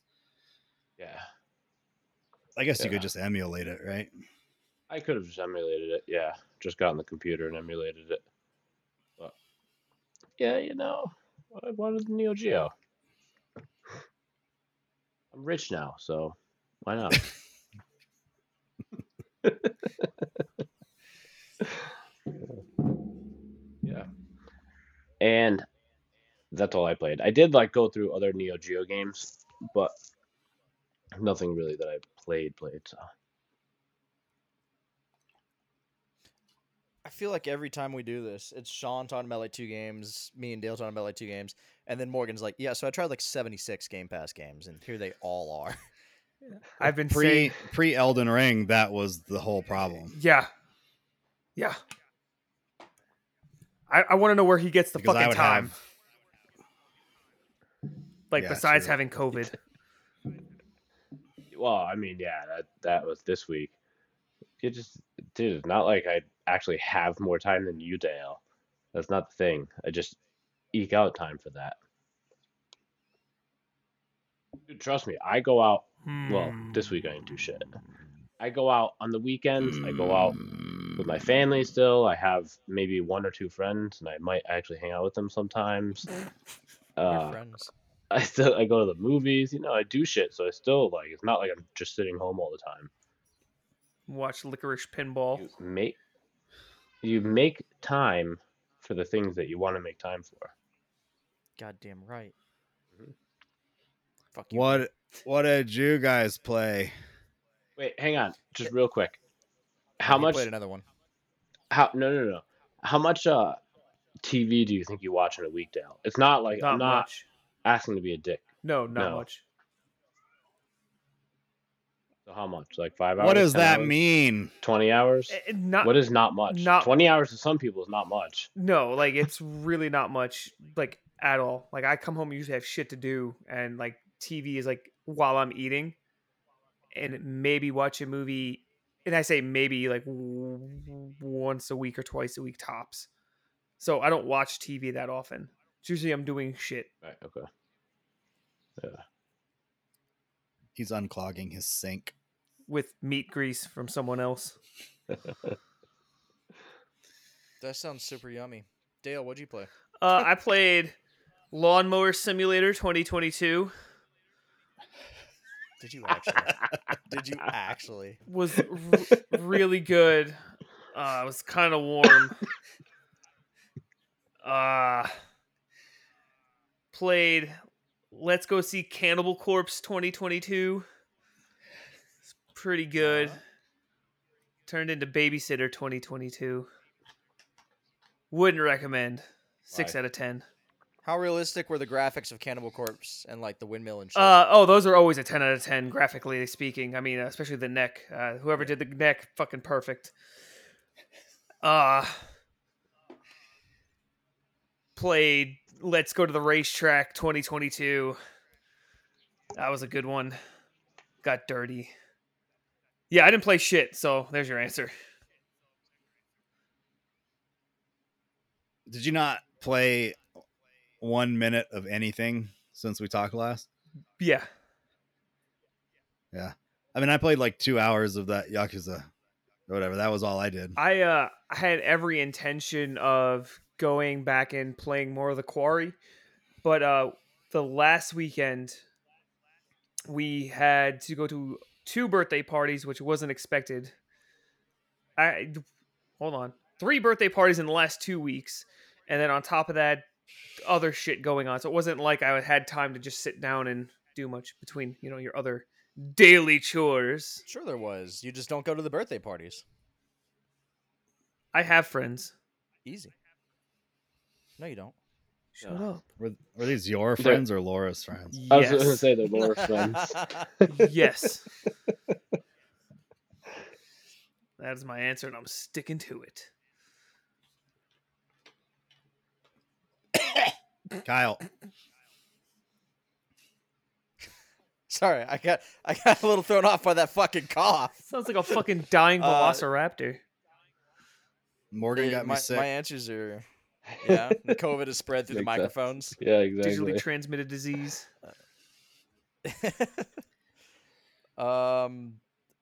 Yeah, I guess you Yeah. could just emulate it, right? I could have just emulated it. Yeah, just got on the computer and emulated it. But yeah, you know, I wanted the Neo Geo. I'm rich now, so why not? yeah, and that's all I played. I did like go through other Neo Geo games, but nothing really that I played played. So. I feel like every time we do this, it's Sean talking about like two games, me and Dale talking about like two games, and then Morgan's like, "Yeah, so I tried like seventy six Game Pass games, and here they all are." I've been Pre saying, pre Elden Ring, that was the whole Eh, problem. yeah, yeah. I, I want to know where he gets the Because I fucking would time. have- like yeah, besides true. having COVID, Well, I mean, yeah, that that was this week. It just, dude, it's not like I actually have more time than you, Dale. That's not the thing. I just eke out time for that. Dude, trust me, I go out. Well, Hmm. this week I didn't do shit. I go out on the weekends. I go out Mm. with my family still. I have maybe one or two friends, and I might actually hang out with them sometimes. We're Uh, friends. I still I go to the movies, you know, I do shit, so I still like it's not like I'm just sitting home all the time. watch Licorice Pinball. You make you make time for the things that you want to make time for. Goddamn right. Mhm. Fuck you. What what did you guys play? Wait, hang on, just real quick. Oh, How he much Played another one. how no no no. How much uh TV do you think you watch in a week, Dale? It's not like Not I'm not much. asking to be a dick. No, not No. much. So how much? Like five hours? What does 10 that hours, mean? Twenty hours? Eh, Not what is not much? not- Twenty hours to some people is not much. no, like it's really not much, like at all. Like I come home usually have shit to do, and like TV is like while I'm eating, and maybe watch a movie. And I say maybe like w- once a week or twice a week tops. So I don't watch TV that often. It's usually I'm doing shit. Right, okay. He's unclogging his sink. with meat grease from someone else. That sounds super yummy. Dale, what'd you play? Uh, I played Lawnmower Simulator 2022. Did you actually? did you actually? Was r- really good. Uh, it was kind of warm. Uh, played Let's Go See Cannibal Corpse 2022. It's pretty good. Turned into Babysitter 2022. Wouldn't recommend. Six Why? out of ten. How realistic were the graphics of Cannibal Corpse and like the windmill and shit? Uh, oh, those are always a ten out of ten graphically speaking. I mean, uh, especially the neck. Uh, whoever did the neck, fucking perfect. Uh played Let's Go to the Racetrack 2022. That was a good one. Got dirty. Yeah, I didn't play shit, so there's your answer. Did you not play one minute of anything since we talked last? Yeah. I mean, I played like two hours of that Yakuza or whatever. That was all I did. I uh had every intention of going back and playing more of the quarry, but uh the last weekend we had to go to two birthday parties, which wasn't expected. I hold on. Three birthday parties in the last two weeks, and then on top of that, other shit going on. So it wasn't like I had time to just sit down and do much between, you know, your other daily chores. sure, there was. You just don't go to the birthday parties. I have friends. Easy. No, you don't. Shut Yeah. up. Were, were these your They're- friends or Laura's friends? I was gonna say the lower friends. yes. that is my answer, and I'm sticking to it. Mm. Kyle, Sorry, I got I got a little thrown off by that fucking cough. Sounds like a fucking dying Uh, velociraptor. Morgan Yeah, got me my, sick. my answers are yeah. the COVID is spread through the Like that. microphones. Yeah, exactly. Digitally transmitted disease. um,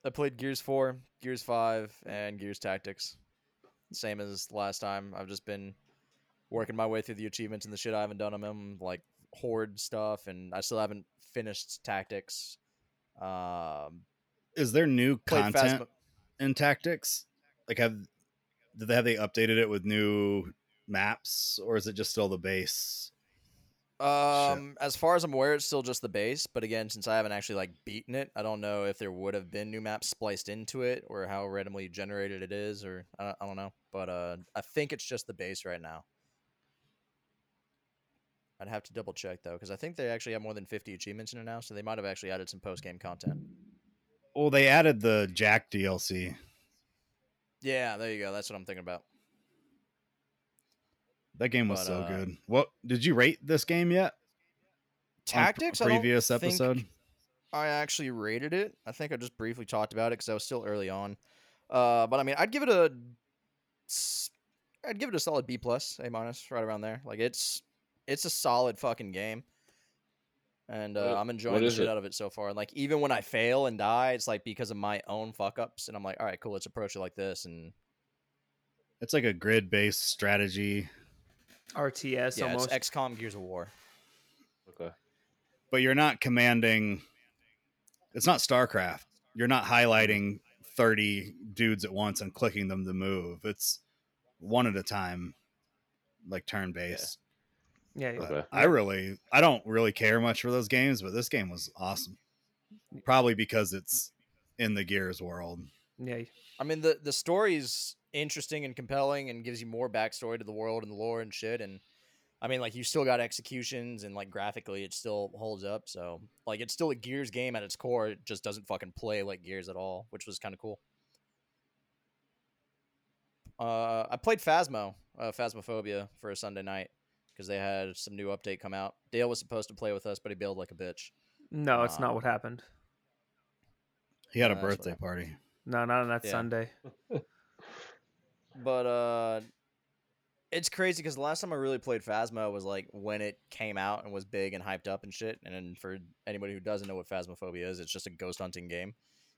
I played Gears Four, Gears Five, and Gears Tactics. Same as last time. I've just been working my way through the achievements and the shit I haven't done on them, like horde stuff, and I still haven't finished Tactics. Um, Is there new played Phasmo- content in Tactics? Like, have did they have they updated it with new maps, or is it just still the base? Um, as far as I'm aware, it's still just the base. But again, since I haven't actually like beaten it, I don't know if there would have been new maps spliced into it or how randomly generated it is, or I don't, I don't know. But uh, I think it's just the base right now. I'd have to double check though, because I think they actually have more than 50 achievements in it now, so they might have actually added some post game content. Well, they added the Jack DLC. Yeah, there you go. That's what I'm thinking about. That game was But, so uh, good. What did you rate this game yet? on pr- Tactics. previous I don't think episode. I actually rated it. I think I just briefly talked about it because I was still early on. Uh, but I mean, I'd give it a, s- I'd give it a solid B plus, A minus, right around there. Like it's, it's a solid fucking game, and uh, What- I'm what enjoying the is shit it? out of it so far. And like even when I fail and die, it's like because of my own fuck ups, and I'm like, all right, cool, let's approach it like this, and It's like a grid based strategy, RTS yeah, almost. it's XCOM Gears of War. Okay. but you're not commanding. It's not StarCraft. You're not highlighting 30 dudes at once and clicking them to move. It's one at a time, like turn based. yeah, yeah. But Okay. I really, I don't really care much for those games, but this game was awesome. Probably because it's in the Gears world. yeah. I mean, the the story's interesting and compelling, and gives you more backstory to the world and the lore and shit. And I mean, like you still got executions, and like graphically, it still holds up. So like, it's still a Gears game at its core. It just doesn't fucking play like Gears at all, which was kind of cool. Uh, I played Phasmo, uh, Phasmophobia, for a Sunday night because they had some new update come out. Dale was supposed to play with us, but he bailed like a bitch. No, it's Uh, not what happened. He had a Uh, that's what birthday happened. party. No, not on that yeah. Sunday. But uh it's crazy because the last time I really played Phasma was like when it came out and was big and hyped up and shit. And then for anybody who doesn't know what Phasmophobia is, it's just a ghost hunting game.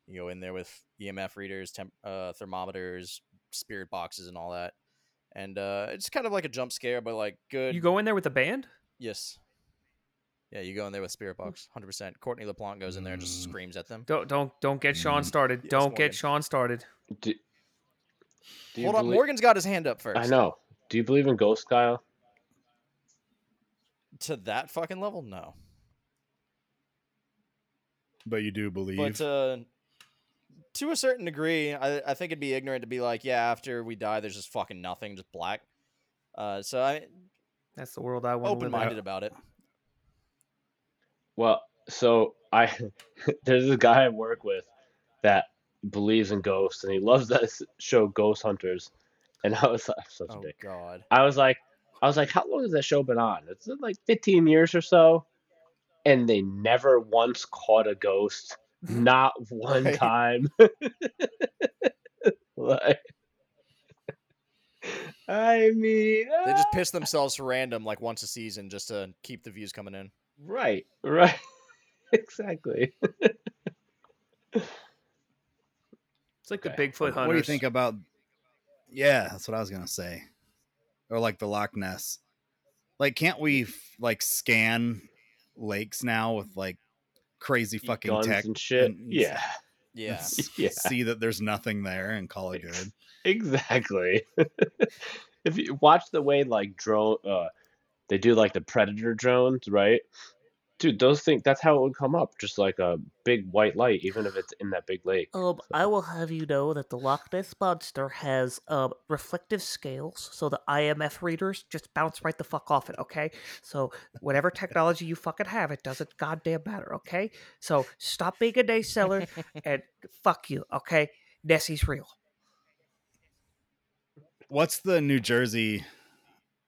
You E go in there with EMF readers, temp- uh, thermometers, spirit boxes, and all that, and uh, it's kind of like a jump scare, but like good. You go in there with a band? Yes. Yeah, you go in there with Spirit Box, hundred percent. Courtney LaPlante goes in there and just Mm. screams at them. Don't don't don't get Sean Mm. started. Yes, don't Morgan. get Sean started. Do, do you Hold on, belie- Morgan's got his hand up first. I know. Do you believe in ghosts, Kyle? To that fucking level, no. but you do believe. But uh, to a certain degree, I, I think it'd be ignorant to be like, yeah, after we die, there's just fucking nothing, just black. Uh, so I That's the world I want to open live minded in. about it. Well, so I there's this guy I work with that believes in ghosts and he loves that s- show Ghost Hunters. And I was like, such a Oh dick. God. I was like, I was like, how long has that show been on? It's been like 15 years or so, and they never once caught a ghost, not one Right. time. like, I mean, They just ah, piss themselves random like once a season just to keep the views coming in. right, right, exactly. It's like Okay. the Bigfoot hunters. what do you think about? Yeah, that's what I was gonna say. Or like the Loch Ness. Like, can't we f- like scan lakes now with like crazy fucking Guns tech and shit. and- yeah, and Yeah. s- Yeah. See that there's nothing there and call it good. exactly. if you watch the way like drone, uh, they do like the predator drones, right? Dude, those things, that's how it would come up, just like a big white light, even if it's in that big lake. Um, I will have you know that the Loch Ness Monster has um, reflective scales, so the IMF readers just bounce right the fuck off it, okay? So, whatever technology you fucking have, it doesn't goddamn matter, okay? So, stop being a naysayer and fuck you, okay? Nessie's real. What's the New Jersey?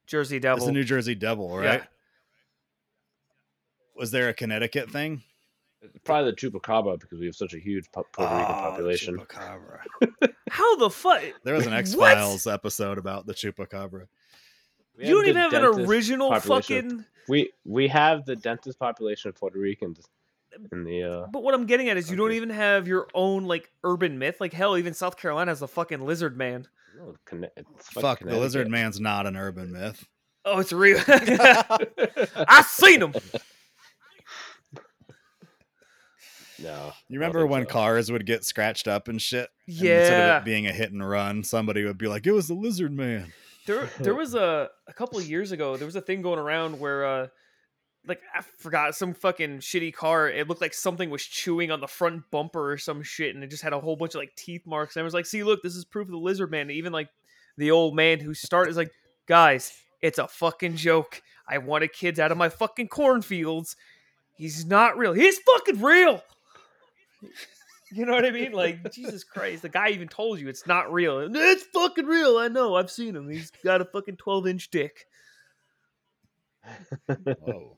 Jersey It's Devil. the New Jersey Devil, Yeah. right? Was there a Connecticut thing? Probably the chupacabra because we have such a huge pu- Puerto Rican Oh, the population. chupacabra. How the fuck? There was an What? X Files episode about the chupacabra. We You don't the even have an dentist- original population. fucking. We we have the dentist population of Puerto Ricans in the uh But what I'm getting at is you don't Okay. even have your own like urban myth. Like hell, even South Carolina has the fucking lizard man. no, Conne- it's fucking Fuck, the lizard Connecticut. man's not an urban myth. Oh, it's real. I seen him. No. You I don't remember think when so. cars would get scratched up and shit? And Instead of Yeah. it being a hit and run, somebody would be like, "It was the lizard man." there there was a a couple of years ago there was a thing going around where uh like i forgot some fucking shitty car it looked like something was chewing on the front bumper or some shit and it just had a whole bunch of like teeth marks and i was like see look this is proof of the lizard man and even like the old man who started is like guys it's a fucking joke i wanted kids out of my fucking cornfields he's not real he's fucking real you know what i mean like jesus christ the guy even told you it's not real it's fucking real i know i've seen him he's got a fucking 12 inch dick Whoa.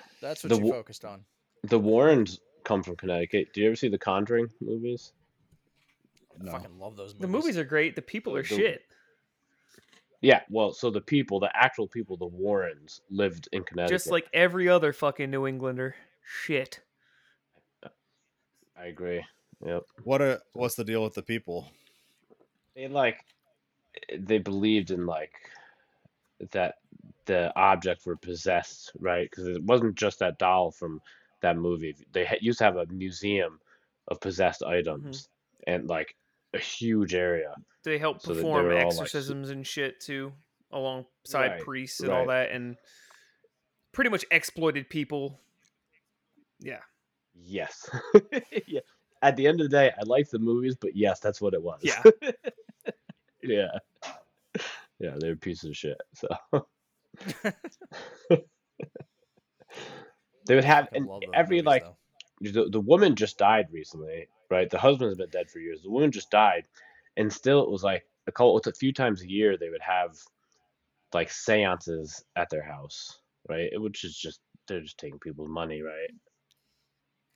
That's what The you wo- focused on. The Warrens come from Connecticut. Do you ever see the Conjuring movies? No. Fucking love those movies. the movies are great the people are The- shit Yeah, well, so the people, the actual people, the Warrens lived in Connecticut. just like every other fucking new englander shit I agree. Yep. What a what's the deal with the people? they like they believed in like that the objects were possessed right because it wasn't just that doll from that movie they ha- used to have a museum of possessed items Mm-hmm. and like a huge area they help So that they perform were all, like, su- exorcisms and shit too alongside Right, priests and all that and pretty much exploited people yeah yes yeah. at the end of the day i liked the movies but yes that's what it was yeah yeah yeah they're pieces of shit so they would have Fucking and love those every movies, like though. the, the woman just died recently, right? The husband's been dead for years. The woman just died, and still it was like a couple, it's a few times a year they would have like seances at their house, right? It- Which is just they're just taking people's money, right?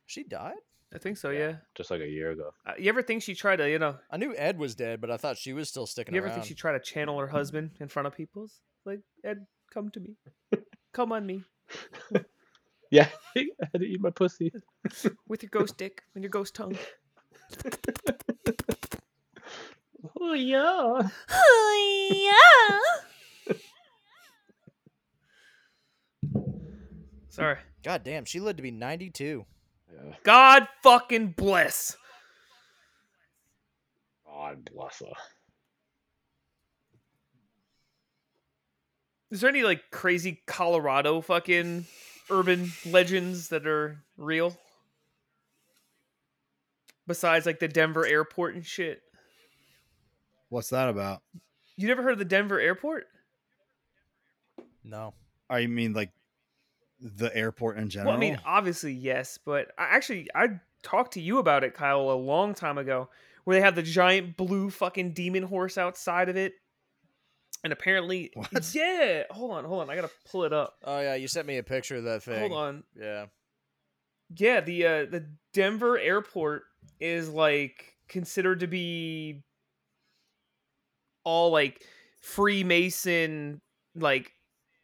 She died? i think so yeah Just like a year ago. Uh, you ever think she tried to you know I knew Ed was dead, but I thought she was still sticking You ever around. think she tried to channel her husband in front of people? It's Like, Ed, come to me. come on me. Yeah, I had to eat my pussy. With your ghost dick and your ghost tongue. Oh yeah. yeah. Sorry. God damn, she lived to be 92. yeah. God fucking bless. God bless her. Is there any like crazy Colorado fucking urban legends that are real? Besides like the Denver airport and shit. What's that about? You never heard of the Denver airport? No. I mean, like the airport in general. Well, I mean, obviously yes, but I actually I talked to you about it, Kyle, a long time ago, where they had the giant blue fucking demon horse outside of it. And apparently What? Yeah. Hold on, hold on. I gotta pull it up. Oh yeah, you sent me a picture of that thing. Hold on. Yeah. yeah the uh the denver airport is like considered to be all like freemason like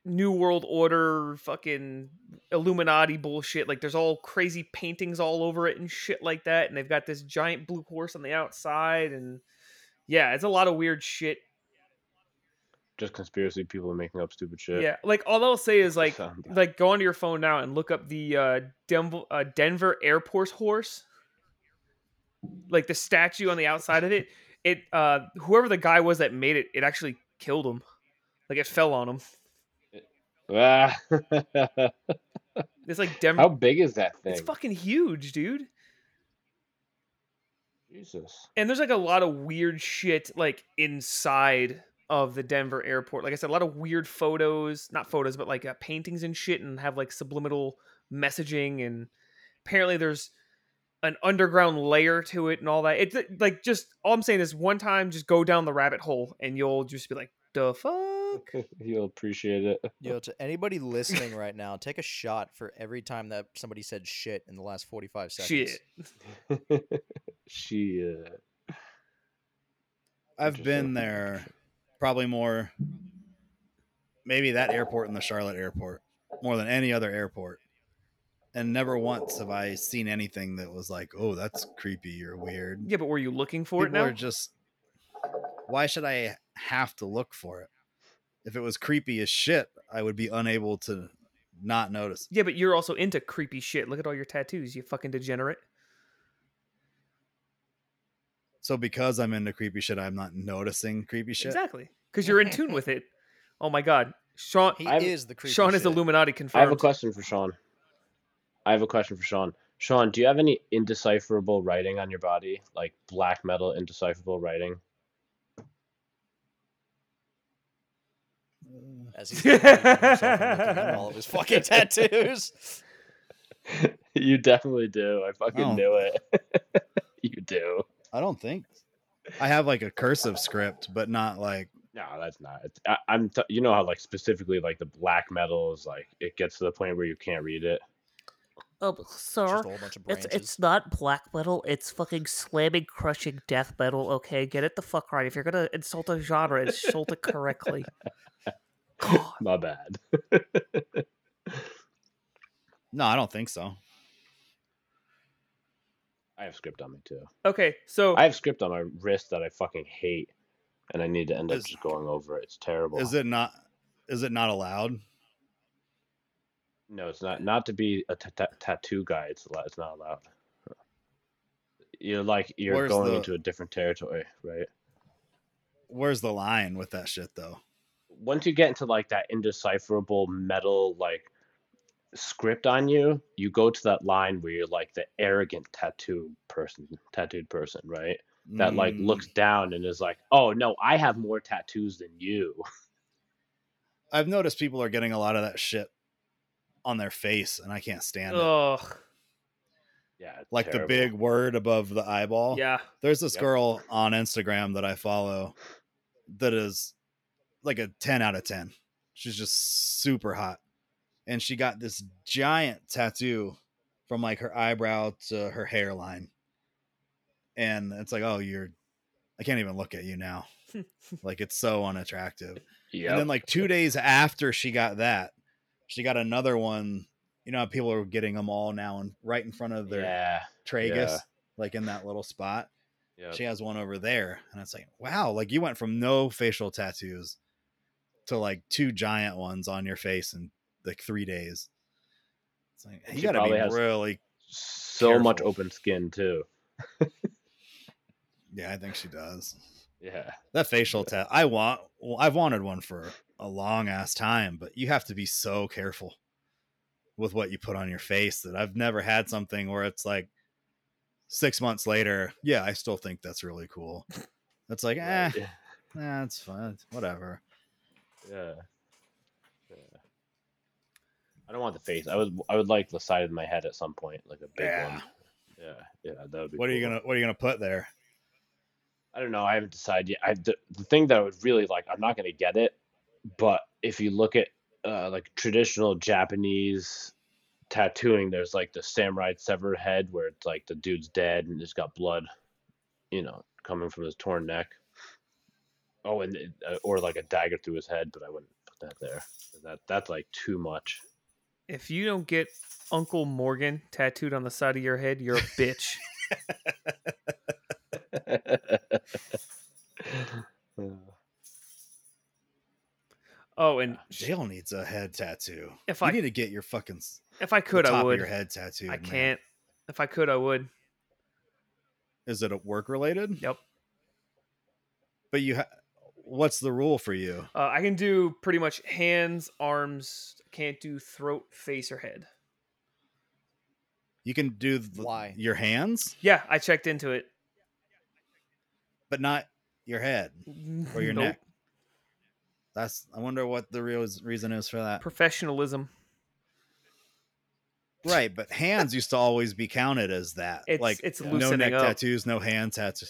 new world order fucking illuminati bullshit like there's all crazy paintings all over it and shit like that and they've got this giant blue horse on the outside and yeah it's a lot of weird shit Just conspiracy people making up stupid shit. yeah like all i'll say is like Sound bad. like go onto your phone now and look up the uh, Denver uh, Denver Airport horse, like the statue on the outside of it. It uh, whoever the guy was that made it, it actually killed him. Like it fell on him. Ah. It's like Denver. How big is that thing? it's fucking huge, dude. Jesus. And there's like a lot of weird shit like inside of the Denver airport. Like I said, a lot of weird photos, not photos, but like uh, paintings and shit, and have like subliminal messaging. And apparently, there's an underground layer to it and all that. It's uh, like just all I'm saying is one time, just go down the rabbit hole, and you'll just be like, "The fuck." You'll appreciate it. Yo, to anybody listening right now, take a shot for every time that somebody said shit in the last 45 seconds. Shit. she. Uh, I've been Interesting. there probably more, maybe that airport and the Charlotte airport more than any other airport. And never once have I seen anything that was like, oh, that's creepy or weird. Yeah, but were you looking for People it now? are just, why should I have to look for it? If it was creepy as shit, I would be unable to not notice. Yeah, but you're also into creepy shit. Look at all your tattoos, you fucking degenerate. So because I'm into creepy shit, I'm not noticing creepy shit. Exactly. Because you're in tune with it. Oh my God. Sean He I've- is the creepy Sean is shit. Illuminati I confirmed. have a question for Sean. I have a question for Sean. Sean, do you have any indecipherable writing on your body, like black metal indecipherable writing? As he's looking at himself and looking at all of his fucking tattoos. you definitely do. I fucking Oh. knew it. you do. I don't think. I have like a cursive script, but not like No, that's not. It's, I, I'm. T- you know how like specifically like the black metal is like it gets to the point where you can't read it. Um, It's sir, just a whole bunch of it's branches. it's not black metal. It's fucking slamming, crushing death metal. Okay, get it the fuck right. If you're gonna insult a genre, insult it correctly. God. My bad. no, I don't think so. I have script on me too. Okay, so I have script on my wrist that I fucking hate, and I need to end up Is- just going over it. It's terrible. Is it not is it not allowed? No, it's not. Not to be a ta- ta- tattoo guy. It's allo- it's not allowed. You're like you're Where's going the- into a different territory, right? Where's the line with that shit though? Once you get into like that indecipherable metal like script on you, you go to that line where you're like the arrogant tattoo person, tattooed person, right? That like Mm, looks down and is like, "Oh no, I have more tattoos than you." I've noticed people are getting a lot of that shit on their face and I can't stand it. ugh, Yeah, it's Like the terrible. big word above the eyeball. yeah, There's this Yep. girl on Instagram that I follow that is like a 10 out of 10. She's just super hot. And she got this giant tattoo from like her eyebrow to her hairline. And it's like, oh, you're, I can't even look at you now. like it's so unattractive. Yep. And then like two days after she got that, she got another one. You know, how people are getting them all now and right in front of their yeah, tragus, yeah. like in that little spot. Yeah. She has one over there. And it's like, wow, like you went from no facial tattoos to like two giant ones on your face in like three days. It's like And you she gotta be probably has- really So much Careful. open skin too. Yeah, I think she does. Yeah. That facial tat I want well, I've wanted one for a long ass time, but you have to be so careful with what you put on your face that I've never had something where it's like six months later, yeah, I still think that's really cool. It's like, eh, Right. Yeah. nah, it's fine. it's Whatever. Yeah. Yeah. I don't want the face. I would I would like the side of my head at some point, like a big Yeah. one. Yeah. Yeah. That would be What are you cool. gonna what are you gonna put there? I don't know. I haven't decided yet. I, the, the thing that I would really like, I'm not going to get it, but if you look at uh, like traditional Japanese tattooing, there's like the samurai severed head where it's like the dude's dead and it's got blood, you know, coming from his torn neck. Oh, and it- uh, or like a dagger through his head, but I wouldn't put that there. That that's like too much. If you don't get Uncle Morgan tattooed on the side of your head, you're a bitch. Oh, and Dale needs a head tattoo. If you I- need to get your fucking s- if I the could, top I of would. your head tattoo. I can't. If I could, I would. Is it a work related? Yep. But you, ha- what's the rule for you? Uh, I can do pretty much hands, arms. Can't do throat, face, or head. You can do th- Why? your hands, Yeah, I checked into it. but not your head or your Nope. neck. That's. I wonder what the real is- reason is for that. Professionalism. Right, but hands used to always be counted as that. It's- like it's no loosening neck up. tattoos, no hand tattoos.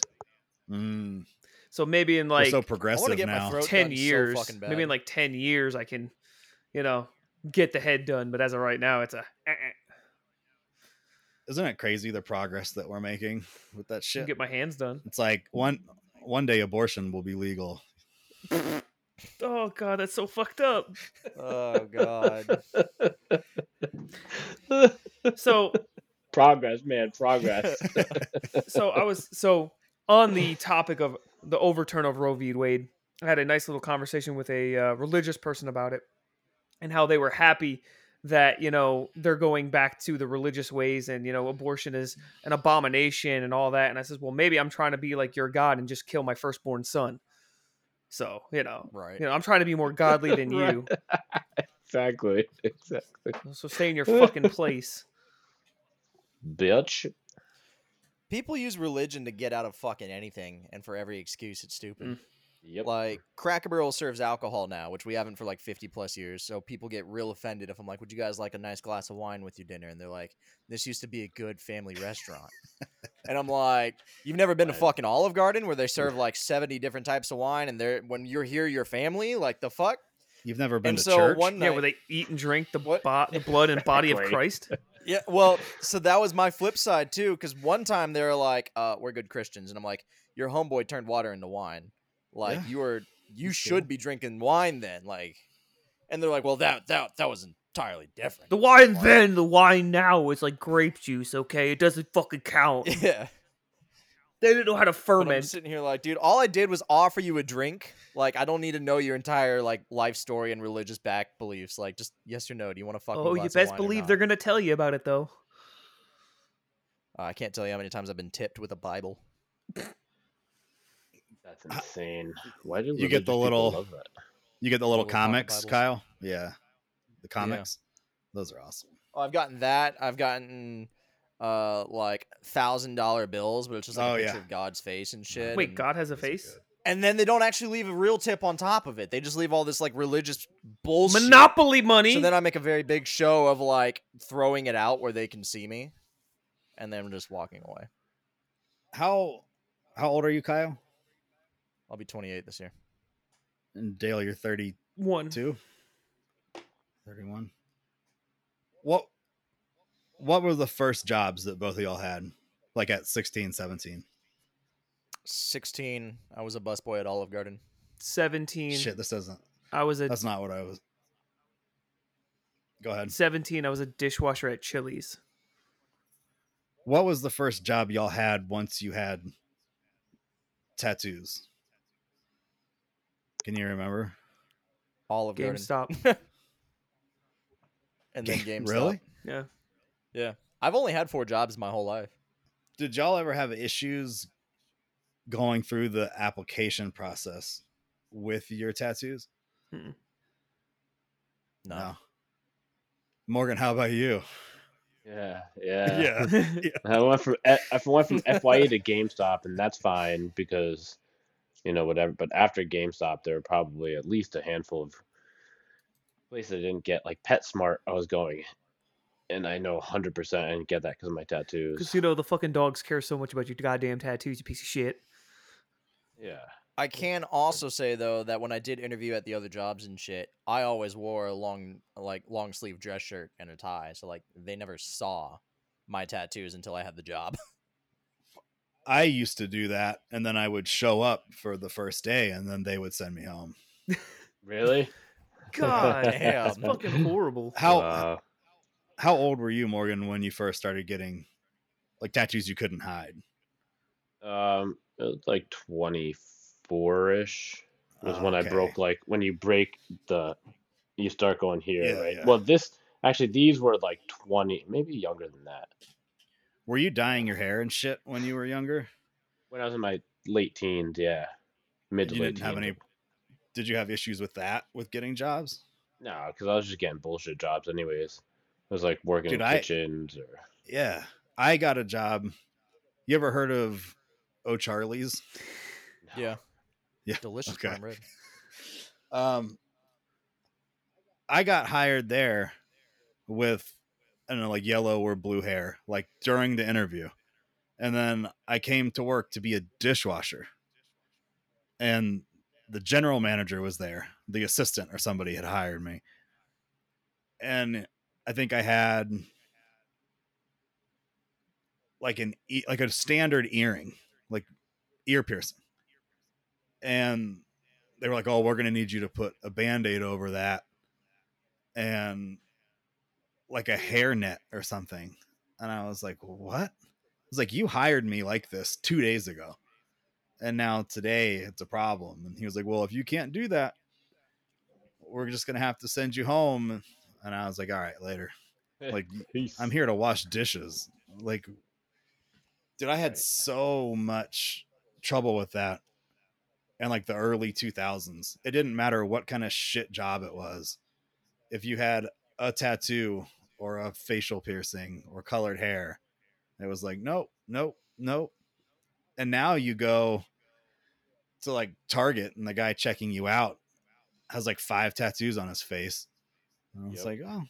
Mm, So maybe in we're like so progressive get my now. throat- ten done so years, fucking maybe bad. in like ten years, I can, you know, get the head done. But as of right now, it's a eh, eh. Isn't it crazy the progress that we're making with that shit? get my hands done. It's like one one day abortion will be legal. Oh god, that's so fucked up. Oh god. So progress, man, progress. so I was so on the topic of the overturn of Roe v. Wade. I had a nice little conversation with a uh, religious person about it, and how they were happy that you know they're going back to the religious ways, and you know abortion is an abomination and all that. And I says, well, maybe I'm trying to be like your God and just kill my firstborn son. So you know, Right. you know, I'm trying to be more godly than Right. you. exactly. Exactly. So stay in your fucking place. Bitch. People use religion to get out of fucking anything and for every excuse it's stupid. Mm. Yep. Like Cracker Barrel serves alcohol now, which we haven't for like 50 plus years. So people get real offended if I'm like, "Would you guys like a nice glass of wine with your dinner?" And they're like, "This used to be a good family restaurant." and I'm like, "You've never been to Right. fucking Olive Garden where they serve like 70 different types of wine and they're when you're here your family, like the fuck?" You've never been and to so church. one night Yeah, where they eat and drink the, What? bo- the blood and body of Exactly. Christ. Yeah, well, so that was my flip side too, because one time they were like, uh, "We're good Christians," and I'm like, "Your homeboy turned water into wine. Like Yeah, you are, you that's should cool. be drinking wine then." Like, and they're like, "Well, that that that was entirely different." The wine Wine. then, the wine now is like grape juice, okay? It doesn't fucking count. yeah, They didn't know how to but I'm ferment. sitting here like, dude, all I did was offer you a drink. Like, I don't need to know your entire like life story and religious back beliefs. Like, just yes or no. Do you want to fuck? Oh, you best believe they're gonna tell you about it though. Uh, I can't tell you how many times I've been tipped with a Bible. That's insane. Why do you get the religious people little- love that? You get the little Little pocket comics, Bibles. Kyle. Yeah, the comics. Those are awesome. Oh, I've gotten that. I've gotten uh like thousand dollar bills, but it's just like Oh, a yeah. picture of God's face and shit. Wait, and, God has a Those are face? good. and then they don't actually leave a real tip on top of it. They just leave all this like religious bullshit. Monopoly money. So then I make a very big show of like throwing it out where they can see me, and then I'm just walking away. How how old are you, Kyle? I'll be 28 this year. And Dale, Mm. you're 32, One. 31. What what were the first jobs that both of y'all had? Like at 16, 17. 16. I was a busboy at Olive Garden. Seventeen. Shit, this doesn't. I was a That's not what I was. Go ahead. seventeen. I was a dishwasher at Chili's. What was the first job y'all had once you had tattoos? Can you remember? Olive Garden. GameStop. And then GameStop. Really? Yeah. I've only had four jobs my whole life. Did y'all ever have issues going through the application process with your tattoos? No. Morgan, how about you? Yeah, yeah. yeah. I went from I went from FYE to GameStop, and that's fine because you know whatever. But after GameStop, there were probably at least a handful of places I didn't get, like PetSmart. I was going, and I know 100 percent I didn't get that because of my tattoos. Because you know the fucking dogs care so much about your goddamn tattoos, you piece of shit. Yeah, I can also say though that when I did interview at the other jobs and shit, I always wore a long like long sleeve dress shirt and a tie. So like they never saw my tattoos until I had the job. I used to do that, and then I would show up for the first day, and then they would send me home. really? Uh, God, Damn. that's fucking horrible. How Wow. how old were you, Morgan, when you first started getting like tattoos you couldn't hide? um, it was like 24 ish was when I Ah, Oh, Okay. broke like when you break the you start going here, Yeah, right? yeah. Well, this actually these were like 20, maybe younger than that. Were you dyeing your hair and shit when you were younger? When I was in my late teens, yeah, mid to you late didn't have teens. any. Did you have issues with that with getting jobs? No, because I was just getting bullshit jobs anyways. It was like working Dude, in I- kitchens or Yeah, I got a job. You ever heard of O'Charlie's? yeah. Yeah, Delicious okay. prime rib. Um, I got hired there with I don't know, like yellow or blue hair, like during the interview, and then I came to work to be a dishwasher, and the general manager was there, the assistant or somebody had hired me, and I think I had like an e- like a standard earring, like ear piercing, and they were like, "Oh, we're gonna need you to put a band-aid over that and like a hairnet or something." And I was like, "What?" I was like, "You hired me like this two days ago, and now today it's a problem." And he was like, "Well, if you can't do that, we're just gonna have to send you home." And I was like, "All right, later." Like Peace. I'm here to wash dishes. Like, dude, I had so much trouble with that in like the early 2000s. It didn't matter what kind of shit job it was. If you had a tattoo or a facial piercing or colored hair, it was like, nope, nope, nope. And now you go to like Target and the guy checking you out has like five tattoos on his face. And it's Yep. like, oh,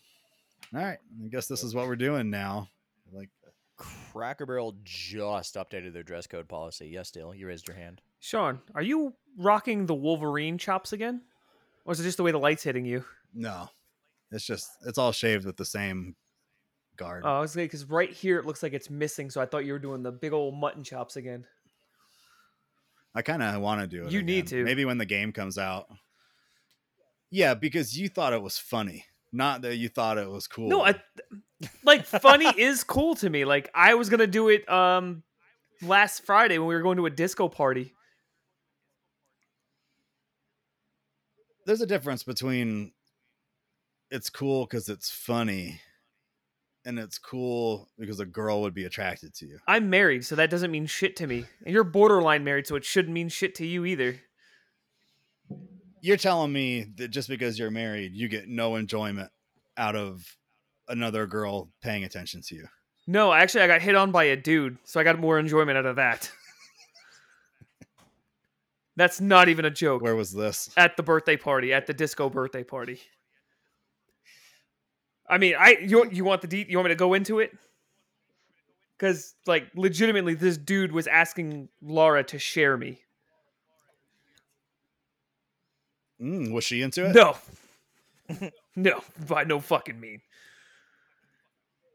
all right, I guess this is what we're doing now. Like, Cracker Barrel just updated their dress code policy. Yes, Dale, you raised your hand. Sean, are you rocking the Wolverine chops again? Or is it just the way the light's hitting you? no, it's just it's all shaved with the same guard. Oh, I was because right here it looks like it's missing, so I thought you were doing the big old mutton chops again. I kind of want to do it. You need again. to. Maybe when the game comes out. Yeah, because you thought it was funny, not that you thought it was cool. No, I, like funny is cool to me. Like I was gonna do it um last Friday when we were going to a disco party. there's a difference between it's cool because it's funny, and it's cool because a girl would be attracted to you. I'm married, so that doesn't mean shit to me. And you're borderline married, so it shouldn't mean shit to you either. you're telling me that just because you're married, you get no enjoyment out of another girl paying attention to you. No, actually, I got hit on by a dude, so I got more enjoyment out of that. That's not even a joke. Where was this? at the birthday party, at the disco birthday party. I mean, I you you want the de- you want me to go into it? Because like legitimately, this dude was asking Laura to share me. Mm, was she into it? No, no, by no fucking mean.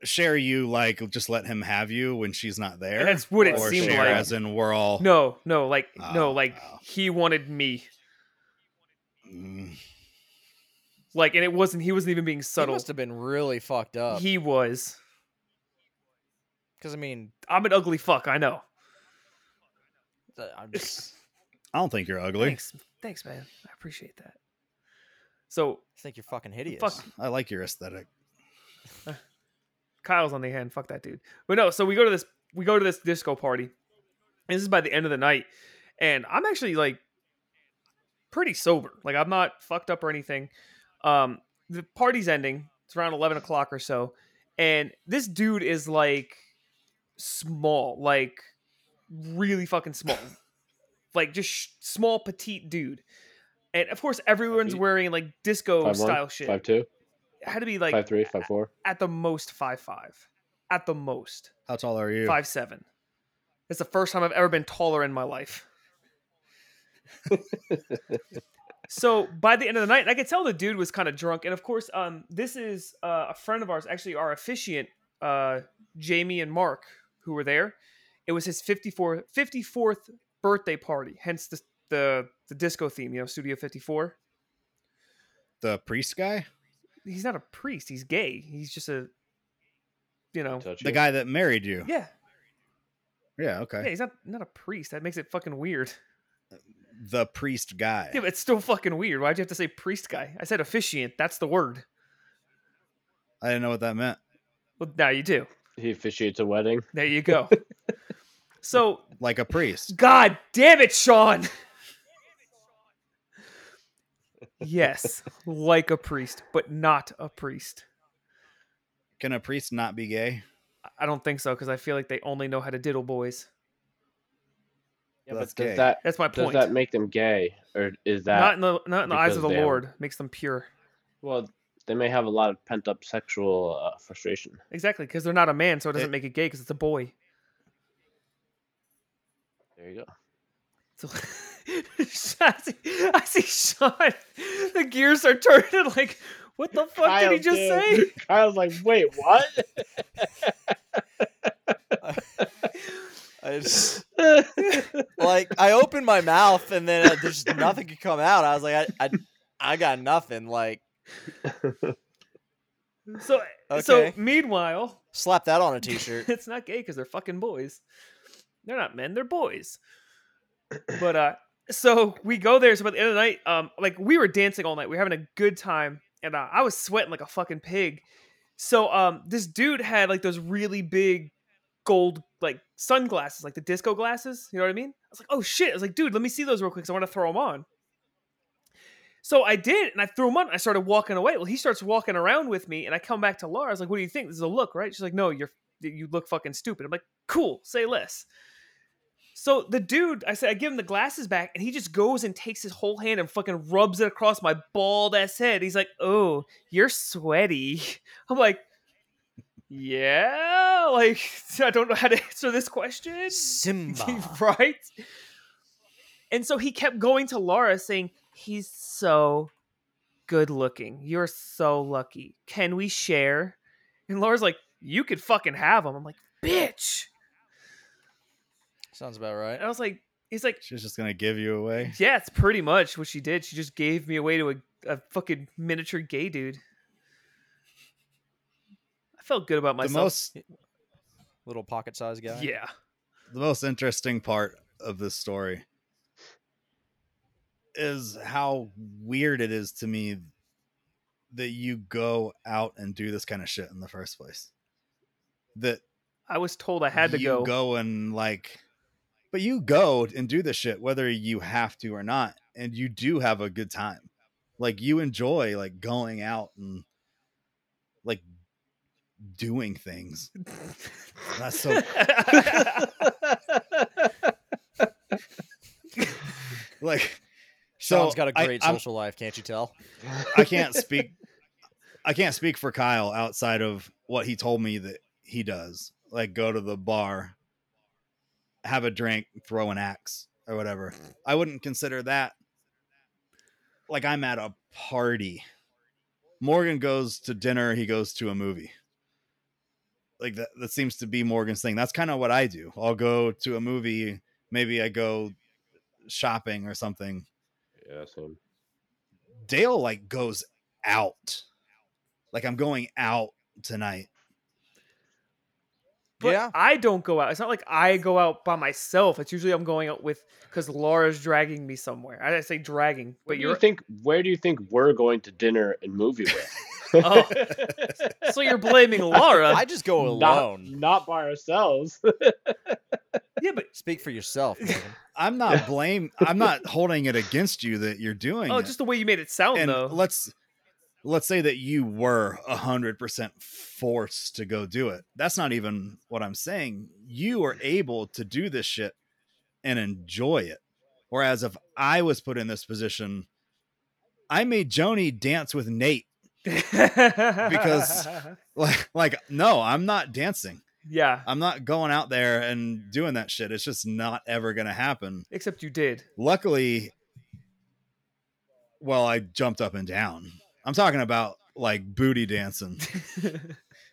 Share you like just let him have you when she's not there. That's what it or seemed share like. as in we're all. No, no, like no, Oh, like wow. he wanted me. Mm, Like, and it wasn't. He wasn't even being He subtle. must have been really fucked uh, up. He was. Because I mean, I'm an ugly fuck. I know. uh, I'm just I don't think you're ugly. Thanks, thanks, man. I appreciate that. So I think you're fucking hideous. Fuck. I like your aesthetic. Kyle's on the hand. Fuck that dude. But no, so we go to this we go to this disco party. This is by the end of the night, and I'm actually like pretty sober. Like I'm not fucked up or anything. Um, the party's ending. It's around eleven o'clock or so, and this dude is like small, like really fucking small, like just sh- small petite dude. And of course, everyone's feet? wearing like disco Five one, style shit. Five two, It had to be like five three, five four. at the most five five, at the most How tall are you? five seven. It's the first time I've ever been taller in my life. so by the end of the night, and I could tell the dude was kind of drunk. And of course, um, this is uh, a friend of ours, actually our officiant, uh, Jamie and Mark, who were there. It was his 54th, 54th birthday party, hence the, the the disco theme, you know, Studio 54. The priest guy, He's not a priest. He's gay. He's just a, you know, Touch uh, the you. guy that married you. yeah, Yeah. yeah. Okay. He's not not a priest. That makes it fucking weird. The priest guy. Yeah, but it's still fucking weird. Why'd you have to say priest guy? I said officiant. That's the word. I didn't know what that meant. Well, now you do. He officiates a wedding. There you go. so, Like a priest. God damn it, Sean. yes, like a priest, but not a priest. Can a priest not be gay? I- I don't think so because I feel like they only know how to diddle boys. Yeah, That's but gay. does that That's my does point. that make them gay, or is that not in the not in the eyes because of the they have- Lord makes them pure. well? They may have a lot of pent up sexual uh, frustration. Exactly, because they're not a man, so it It- doesn't make it gay because it's a boy. There you go. So I, see, I see Sean. The gears are turning. Like, what the fuck did he just say? Kyle's like, wait, what? I just, like I opened my mouth and then uh, there's just nothing could come out. I was like, I, I, I got nothing. Like So, so Okay. meanwhile, slap that on a t-shirt. it's not gay because they're fucking boys. They're not men. They're boys. But uh, so we go there. So by the end of the night, um, like we were dancing all night. We were having a good time, and uh, I was sweating like a fucking pig. So um, this dude had like those really big gold like sunglasses, like the disco glasses. You know what I mean? I was like, oh shit! I was like, dude, let me see those real quick. 'cause I want to throw them on. So I did, and I threw him on. and I started walking away. Well, he starts walking around with me, and I come back to Laura. I was like, "What do you think? This is a look, right?" She's like, "No, you're you look fucking stupid." I'm like, "Cool, say less." So the dude, I said, I give him the glasses back, and he just goes and takes his whole hand and fucking rubs it across my bald ass head. He's like, "Oh, you're sweaty." I'm like, "Yeah, like I don't know how to answer this question." Simba. right? And so he kept going to Laura saying, He's so good looking. You're so lucky. Can we share? And Laura's like, You could fucking have him. I'm like, Bitch. Sounds about And I right. was like, He's like, She's just gonna give you away. Yeah, it's pretty much what she did. She just gave me away to a, a fucking miniature gay dude. I felt good about The myself. most Little pocket sized guy. yeah. the most interesting part of this story is how weird it is to me that you go out and do this kind of shit in the first place. That I was told I had to you go. and like but you go and do this shit whether you have to or not and you do have a good time like you enjoy like going out and like doing things that's so like so Sean's got a great I, I'm- social life, can't you tell? I can't speak I can't speak for Kyle outside of what he told me that he does. Like go to the bar, have a drink, throw an axe or whatever. I wouldn't consider that like I'm at a party. Morgan goes to dinner, he goes to a movie. Like that that seems to be Morgan's thing. That's kind of what I do. I'll go to a movie, maybe I go shopping or something. yeah, same. Dale like goes out. Like I'm going out tonight. But Yeah. I don't go out. It's not like I go out by myself. It's usually I'm going out with because Laura's dragging me somewhere. I say dragging, Where but do you're you think where do you think we're going to dinner and movie with? Oh. so you're blaming Laura. I just go Uh, not, alone. not by ourselves. yeah, but Speak for yourself. Morgan. I'm not blame. I'm not holding it against you that you're doing. oh, it. just the way you made it sound and though. let's let's say that you were a hundred percent forced to go do it. That's not even what I'm saying. You are able to do this shit and enjoy it. Whereas if I was put in this position, I made Joni dance with Nate. because Like, like, no, I'm not dancing. yeah, I'm not going out there and doing that shit. It's just not ever gonna happen. except you did. luckily well i jumped up and down i'm talking about like booty dancing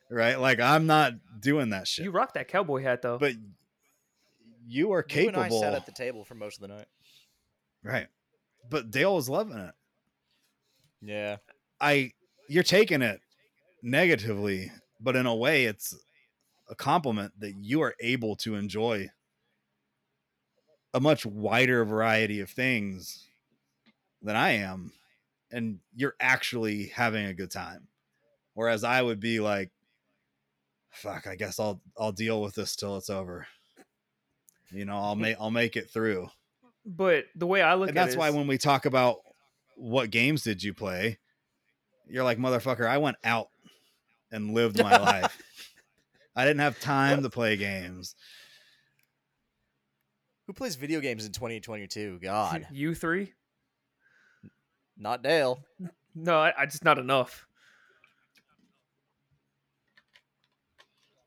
right like i'm not doing that shit You rock that cowboy hat though. but you are You and capable I sat at the table for most of the night. right but dale is loving it Yeah. i you're taking it negatively but in a way it's a compliment that you are able to enjoy a much wider variety of things than i am and you're actually having a good time whereas i would be like fuck i guess i'll i'll deal with this till it's over you know i'll make i'll make it through But the way I look and at that's it why is- when we talk about what games did you play, you're like, motherfucker, I went out and lived my life. I didn't have time to play games. Who plays video games in 2022? God, you three. not Dale. No, I, I just not enough.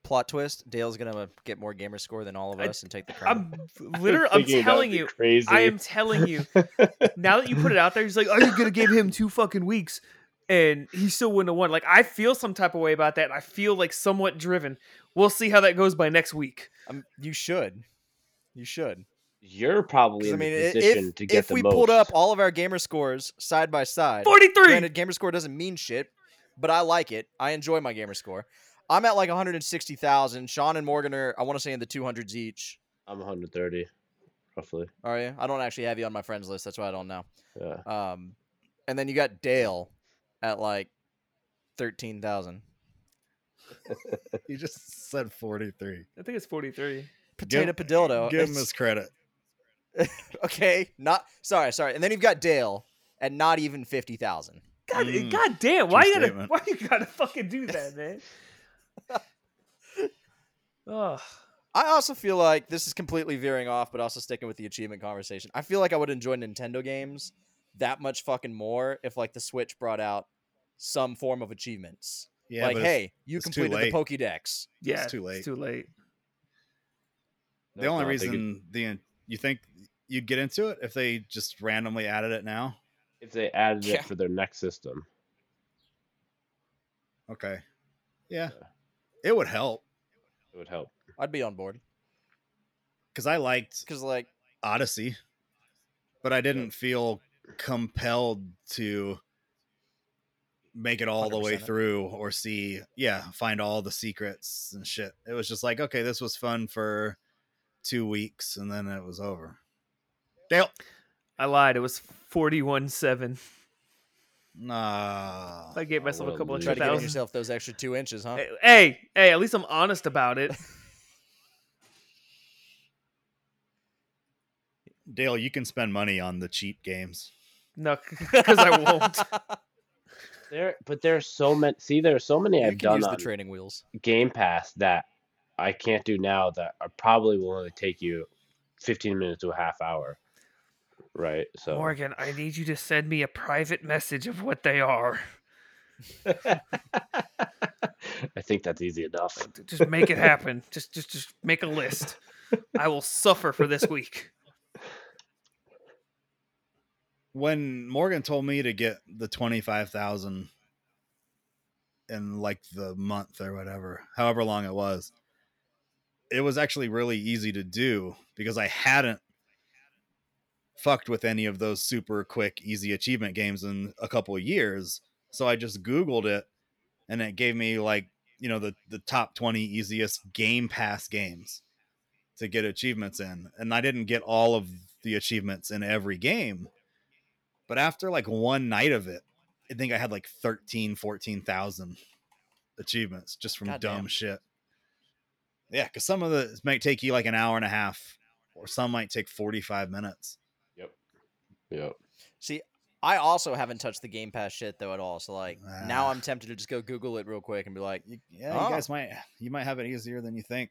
Plot twist: Dale's gonna uh, get more gamer score than all of I- us and take the credit. I'm literally. I'm Thinking that would telling be you. crazy. I am telling you. now that you put it out there, he's like, "I could gonna give him two fucking weeks," and he still wouldn't have won. Like I feel some type of way about that. and I feel like somewhat driven. We'll see how that goes by next week. Um, you should. You should. You're probably 'Cause, I in mean, the i- position if, to get if the we most. pulled up all of our gamer scores side by side, Forty-three. granted, gamer score doesn't mean shit, but I like it. I enjoy my gamer score. I'm at like 160,000. Sean and Morgan are, I want to say, in the 200s each. I'm 130, roughly. Are you? I don't actually have you on my friends list. That's why I don't know. Yeah. Um, and then you got Dale at like 13,000. You just said 43. I think it's forty-three. Potato Give- Padildo. Give him it's- his credit. okay, not sorry, sorry. And then you've got Dale at not even 50,000. God, Mm. god damn! Why True you gotta? statement. Why you gotta fucking do that, man? Ugh. I also feel like this is completely veering off, but also sticking with the achievement conversation. I feel like I would enjoy Nintendo games that much fucking more if like the Switch brought out some form of achievements. Yeah, like, but it's- hey, you it's too completed the late. Pokédex. yeah, too late. It's too late. the only reason the you think you'd get into it if they just randomly added it now. if they added Yeah. it for their next system, Okay. Yeah. Yeah. It would help it would help. I'd be on board because I liked because like Odyssey, but I didn't feel compelled to make it all the way 100% it. through or see, yeah, find all the secrets and shit. It was just like, okay, this was fun for two weeks and then it was over. Dale, I lied. It was forty-one seven. nah, I gave Oh, myself what a a couple loser. try extra to give thousand. yourself those extra two inches, huh? Hey, Hey, hey, at least I'm honest about it. Dale, you can spend money on the cheap games. No, because I won't. There, but there's so many. See, there are so many you I've can done use the on training wheels. Game Pass that I can't do now that are probably will only take you 15 minutes to a half hour, right? So Morgan, I need you to send me a private message of what they are. I think that's easy enough. Just make it happen. just, just, just make a list. I will suffer for this week. When Morgan told me to get the 25,000 in like the month or whatever, however long it was, it was actually really easy to do because I hadn't fucked with any of those super quick, easy achievement games in a couple of years. So I just Googled it and it gave me like, you know the the top 20 easiest game pass games to get achievements in and i didn't get all of the achievements in every game but after like one night of it i think i had like 13 14000 achievements just from Goddamn. dumb shit yeah because some of the might take you like an hour and a half or some might take 45 minutes Yep. See, I also haven't touched the Game Pass shit though at all. So like now Ah. I'm tempted to just go Google it real quick and be like, you, yeah, Ah. Oh. you guys might you might have it easier than you think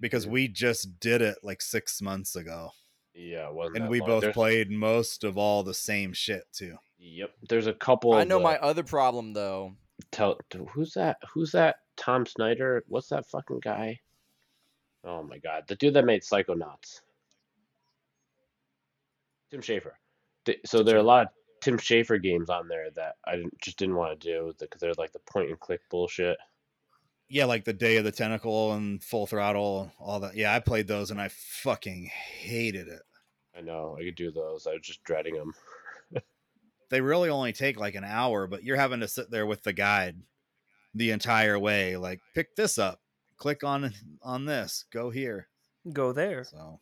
because we just did it like six months ago, Yeah, it wasn't. and that we long. both There's- played most of all the same shit too. Yep. There's a couple. I of know the- my other problem though. Tell who's that? Who's that? Tom Snyder? What's that fucking guy? Oh my god, the dude that made Psychonauts. Tim Schafer. Th- So there are a lot of Tim Schafer games on there that I didn't, just didn't want to do because they're like the point and click bullshit. Yeah, like the Day of the Tentacle and Full Throttle, and all that. Yeah, I played those and I fucking hated it. I know I could do those. I was just dreading them. They really only take like an hour, but you're having to sit there with the guide the entire way. Like, pick this up, click on on this, go here. Go there. So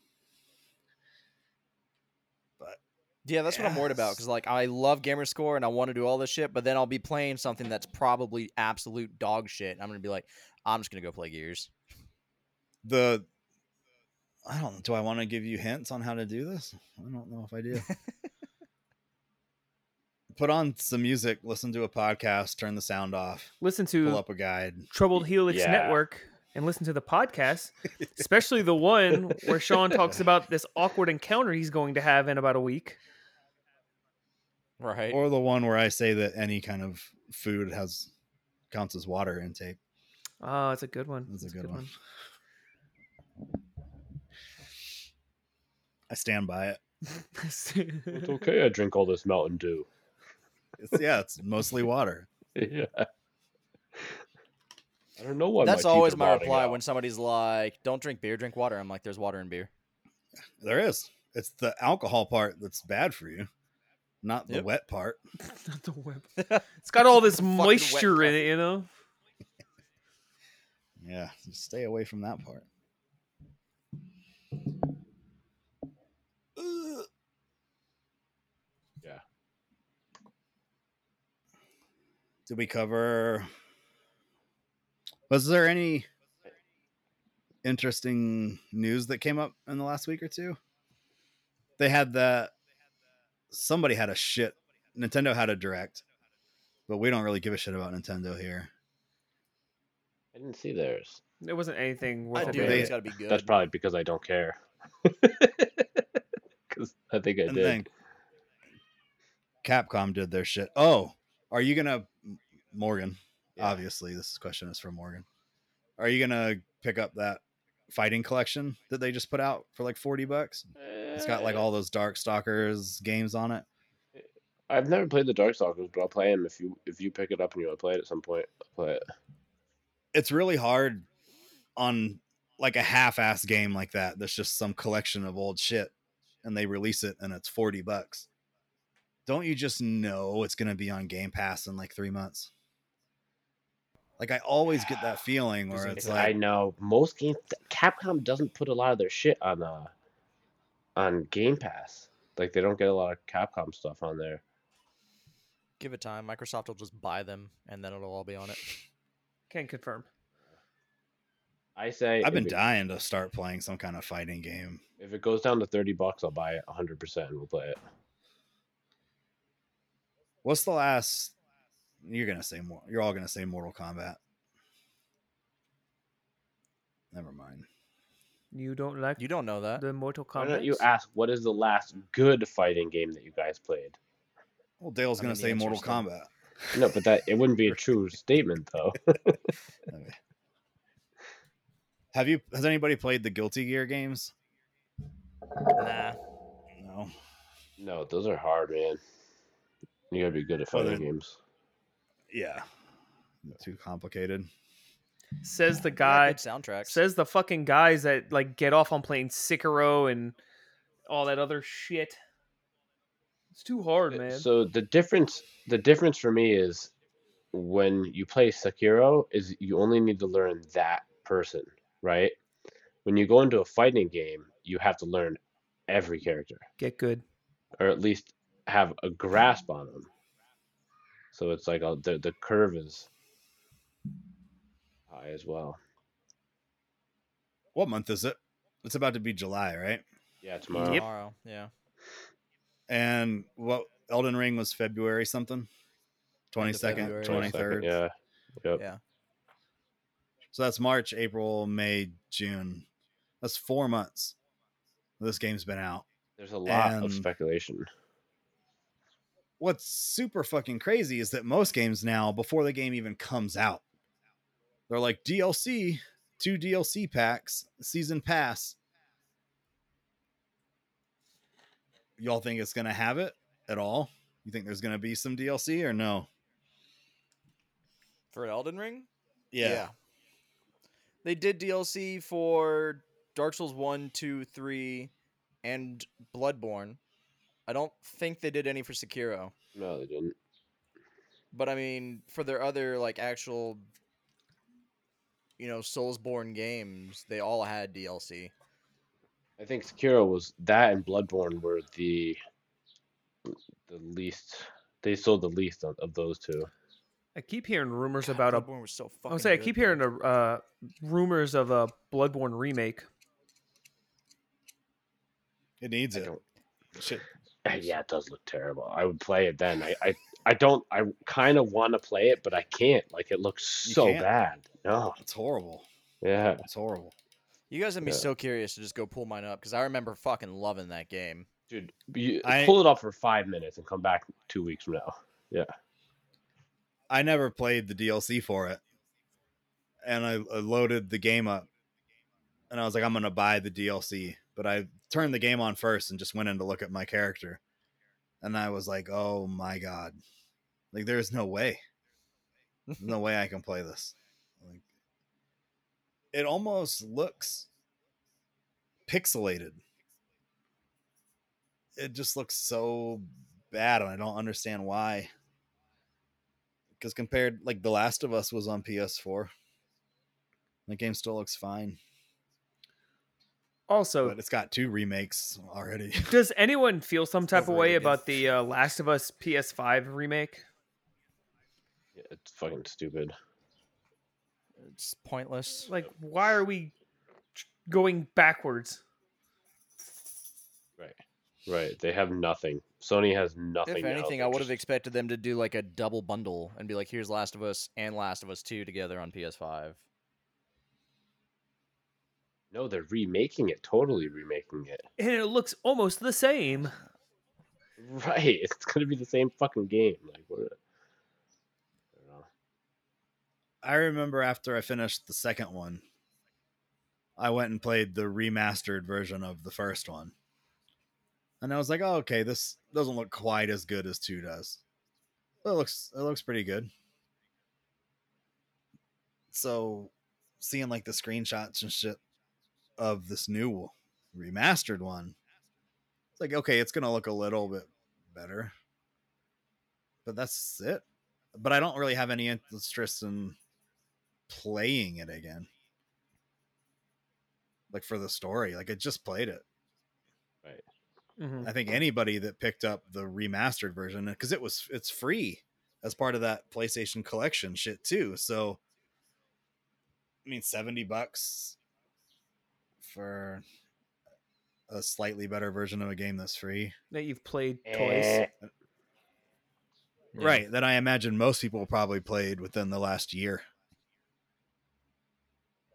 Yeah, that's what I'm worried about Yes. because like I love Gamerscore and I want to do all this shit, but then I'll be playing something that's probably absolute dog shit. And I'm gonna be like, I'm just gonna go play Gears. the I don't do I want to give you hints on how to do this? I don't know if I do. Put on some music, listen to a podcast, turn the sound off, Listen pull to up a guide. Troubled Helix Yeah. Network and listen to the podcast, especially the one where Sean talks about this awkward encounter he's going to have in about a week. Right. Or the one where I say that any kind of food has counts as water intake. Oh, it's a good one. That's a It's good one. I stand by it. It's one. okay. I drink all this Mountain Dew. It's, yeah, it's mostly water. yeah. I don't know why. that's teeth always are my rotting reply out. when somebody's like, "Don't drink beer, drink water." I'm like, "There's water in beer." There is. It's the alcohol part that's bad for you, not the Yep. wet part. Not the web. It's got all this Fucking wet moisture in carpet. it, you know. Yeah, just stay away from that part. Ugh. Yeah. Did we cover? Was there any interesting news that came up in the last week or two? They had the somebody had a shit. Nintendo had a direct, but we don't really give a shit about Nintendo here. I didn't see theirs. It wasn't anything I worth do. they- but it. It's gotta be good. That's probably because I don't care. Because I think I and did. then Capcom did their shit. Oh, are you gonna M- Morgan? Yeah. Obviously, this question is for Morgan. Are you gonna pick up that fighting collection that they just put out for like forty bucks? It's got like Uh, all those Dark Stalkers games on it. I've never played the Darkstalkers, but I'll play them if you if you pick it up and you want to play it at some point. I'll play it. It's really hard on like a half-ass game like that. That's just some collection of old shit, and they release it and it's forty bucks. Don't you just know it's gonna be on Game Pass in like three months? Like I always get that feeling where it's I like know most games. Capcom doesn't put a lot of their shit on uh on Game Pass. Like they don't get a lot of Capcom stuff on there. Give it time. Microsoft will just buy them, and then it'll all be on it. Can confirm. I say I've been if it, dying to start playing some kind of fighting game. if it goes down to thirty bucks, I'll buy it hundred percent and we'll play it. What's the last? You're gonna say more. You're all gonna say Mortal Kombat. Never mind. You don't like You don't know that. the Mortal Why Kombat? don't you ask what is the last good fighting game that you guys played? Well, Dale's I gonna mean, the say answer's Mortal still- Kombat. No, but that it wouldn't be a true statement though. Okay. Have you? Has anybody played the Guilty Gear games? Nah. No. No, those are hard, man. You gotta be good at Well, fighting then- games. Yeah. Too complicated. Says the Yeah, guy. good soundtracks. Says the fucking guys that like get off on playing Sekiro and all that other shit. It's too hard, man. So the difference, the difference for me is, when you play Sekiro is you only need to learn that person, right? When you go into a fighting game, you have to learn every character Get good. or at least have a grasp on them. So it's like a, the the curve is high as well. What month is it? It's about to be July, right? Yeah, tomorrow. Yep. Tomorrow, yeah. And what Elden Ring was February something? 22nd, February. 23rd. Yeah. Yep. Yeah. So that's March, April, May, June. That's four months. This game's been out. There's a lot And- of speculation. What's super fucking crazy is that most games now, before the game even comes out, they're like DLC, two DLC packs, season pass. Y'all think it's gonna have it at all? You think there's gonna be some DLC or no? For Elden Ring? They did DLC for Dark Souls 1, 2, 3, and Bloodborne. I don't think they did any for Sekiro. No, they didn't. But I mean, for their other like actual you know, Soulsborne games, they all had DLC. I think Sekiro was that and Bloodborne were the the least. They sold the least of, of those two. I keep hearing rumors God, about a. Bloodborne was so I fucking was say I good, keep bro. hearing a, uh, rumors of a Bloodborne remake. It needs I it. don't- Shit. Yeah, it does look terrible. I would play it then. I I, I don't. I kind of want to play it, but I can't. Like it looks You so can't? bad. No. It's horrible. Yeah. It's horrible. You guys have me Yeah. so curious to just go pull mine up because I remember fucking loving that game. Dude, you, I- pull it off for five minutes and come back two weeks from now. I never played the DLC for it. And I, I loaded the game up and I was like, I'm going to buy the DLC. But I turned the game on first and just went in to look at my character. And I was like, oh my God. Like, there's no way. There's no way I can play this. Like, it almost looks pixelated. It just looks so bad. And I don't understand why because compared like the last of us was on ps4 the game still looks fine Also, but it's got two remakes already does anyone feel some type of way Overrated. about the uh, Last of Us PS5 remake? Yeah, It's fucking stupid. It's pointless. Like, why are we going backwards? Right. Right. They have nothing. Sony has nothing. If now. anything, They're I would have just- expected them to do like a double bundle and be like, "Here's Last of Us and Last of Us Two together on PS5." No, they're remaking it. Totally remaking it. And it looks almost the same. Right. It's gonna be the same fucking game. Like what? I don't know. i remember after i finished the second one i went and played the remastered version of the first one and i was like oh, okay this doesn't look quite as good as two does but it looks it looks pretty good so seeing like the screenshots and shit of this new remastered one it's like okay it's gonna look a little bit better but that's it but i don't really have any interest in playing it again like for the story like i just played it Mhm. i think anybody that picked up the remastered version because it was it's free as part of that playstation collection shit too so i mean 70 bucks for a slightly better version of a game that's free That you've played Eh, twice. Yeah. right that i imagine most people probably played within the last year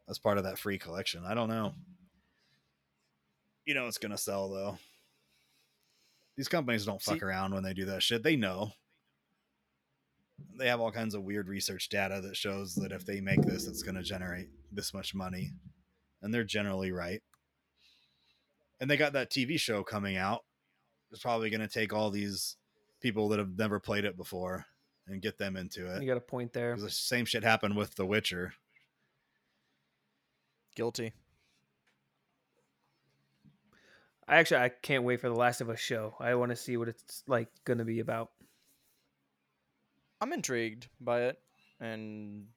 as part of that free collection i don't know you know it's gonna sell though these companies don't fuck See- around when they do that shit they know they have all kinds of weird research data that shows that if they make this it's gonna generate this much money and they're generally right and they got that tv show coming out it's probably gonna take all these people that have never played it before and get them into You it. got a point there. 'Cause The same shit happened with The Witcher. Guilty. I actually I can't wait for the Last of Us show. I want to see what it's like going to be about. I'm intrigued by it. and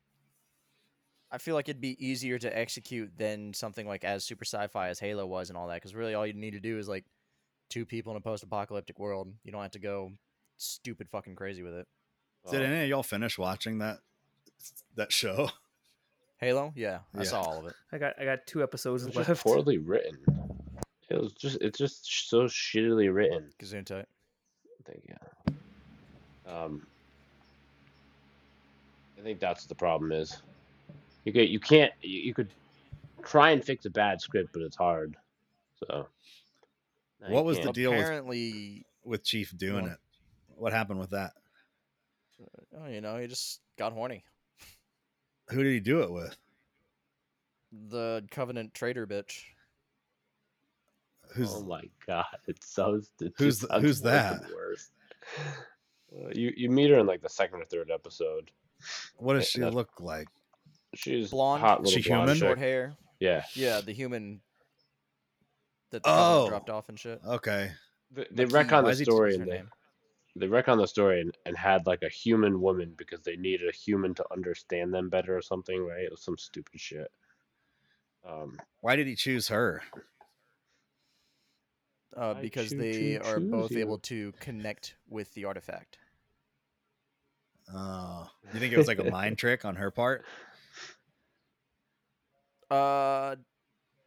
I feel like it'd be easier to execute than something like as super sci-fi as Halo was and all that. Because really, all you need to do is like two people in a post-apocalyptic world. You don't have to go stupid fucking crazy with it. Did any of y'all finish watching that that show? Halo, yeah, I Yeah. saw all of it. I got I got two episodes It was just left. poorly written. It was just it's just sh- so shittily written. Gesundheit. I think yeah. Um, I think that's the problem is you could you can't you, you could try and fix a bad script, but it's hard. So no, you What was the can't. deal with- Apparently, With Chief doing Well- it, what happened with that? oh, you know, he just got horny. Who did he do it with? The Covenant traitor bitch. Who's oh my god! It sounds it just Who's th- sounds who's worse and that? Worse. Uh, you you meet her in like the second or third episode. what does she that- look like? She's Blonde? hot little She blonde human? Short chick. hair. Yeah, Yeah, the human that the Covenant Oh. dropped off and shit. Okay, they, they Makee wreck on Why the is he- story is her and they, name. they wreck on the story and, and had like a human woman because they needed a human to understand them better or something, right? It was some stupid shit. Um, why did he choose her? Uh, I because choo- they choo- are choose both you. able to connect with the artifact. Oh, you think it was like a mind trick on her part? Uh,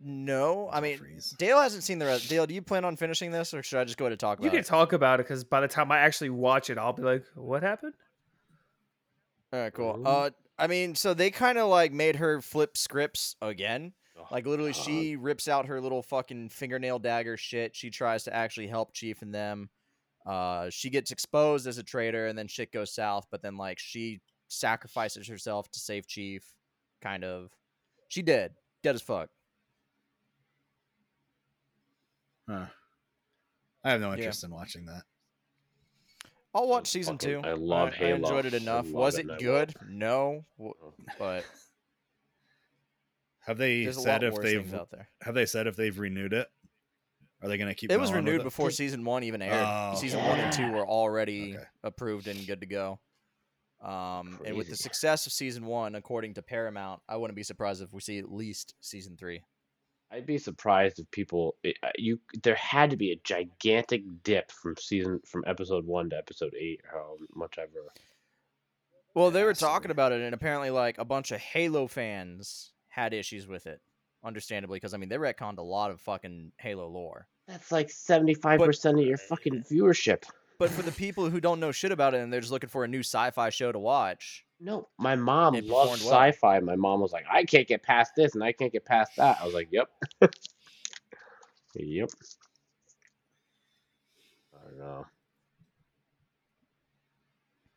no, I mean Jeffries. Dale hasn't seen the rest. Dale, do you plan on finishing this, or should I just go ahead and talk about You can it? talk about it because by the time I actually watch it, I'll be like, "What happened?" All right, cool. Ooh. Uh, I mean, so they kind of like made her flip scripts again. oh, Like literally, God. she rips out her little fucking fingernail dagger shit. She tries to actually help Chief and them. Uh, she gets exposed as a traitor, and then shit goes south. But then like she sacrifices herself to save Chief. Kind of, she dead, dead as fuck. Huh. I have no Yeah. interest in watching that. I'll I watch season fucking- two. I love I, Halo. I enjoyed it I enough. love Was it it and I will. good? No, W- Oh. but Have they there's a lot said if worse they've things out there. have they said if they've renewed it? Are they going to keep? It was going with renewed before season one even aired. Oh, season okay. one and two were already Okay. approved and good to go. Um, and with the Crazy. success of season one, according to Paramount, I wouldn't be surprised if we see at least season three. I'd be surprised if people it, uh, you there had to be a gigantic dip from season from episode one to episode eight, or how much ever. Well, they were Has to talking be. about it, and apparently, like a bunch of Halo fans had issues with it. Understandably, because I mean, they retconned a lot of fucking Halo lore. That's like seventy five percent of your fucking viewership. But for the people who don't know shit about it and they're just looking for a new sci-fi show to watch, No, my mom It loved performed well. sci-fi. My mom was like, "I can't get past this, and I can't get past that." I was like, "Yep, yep." I don't know.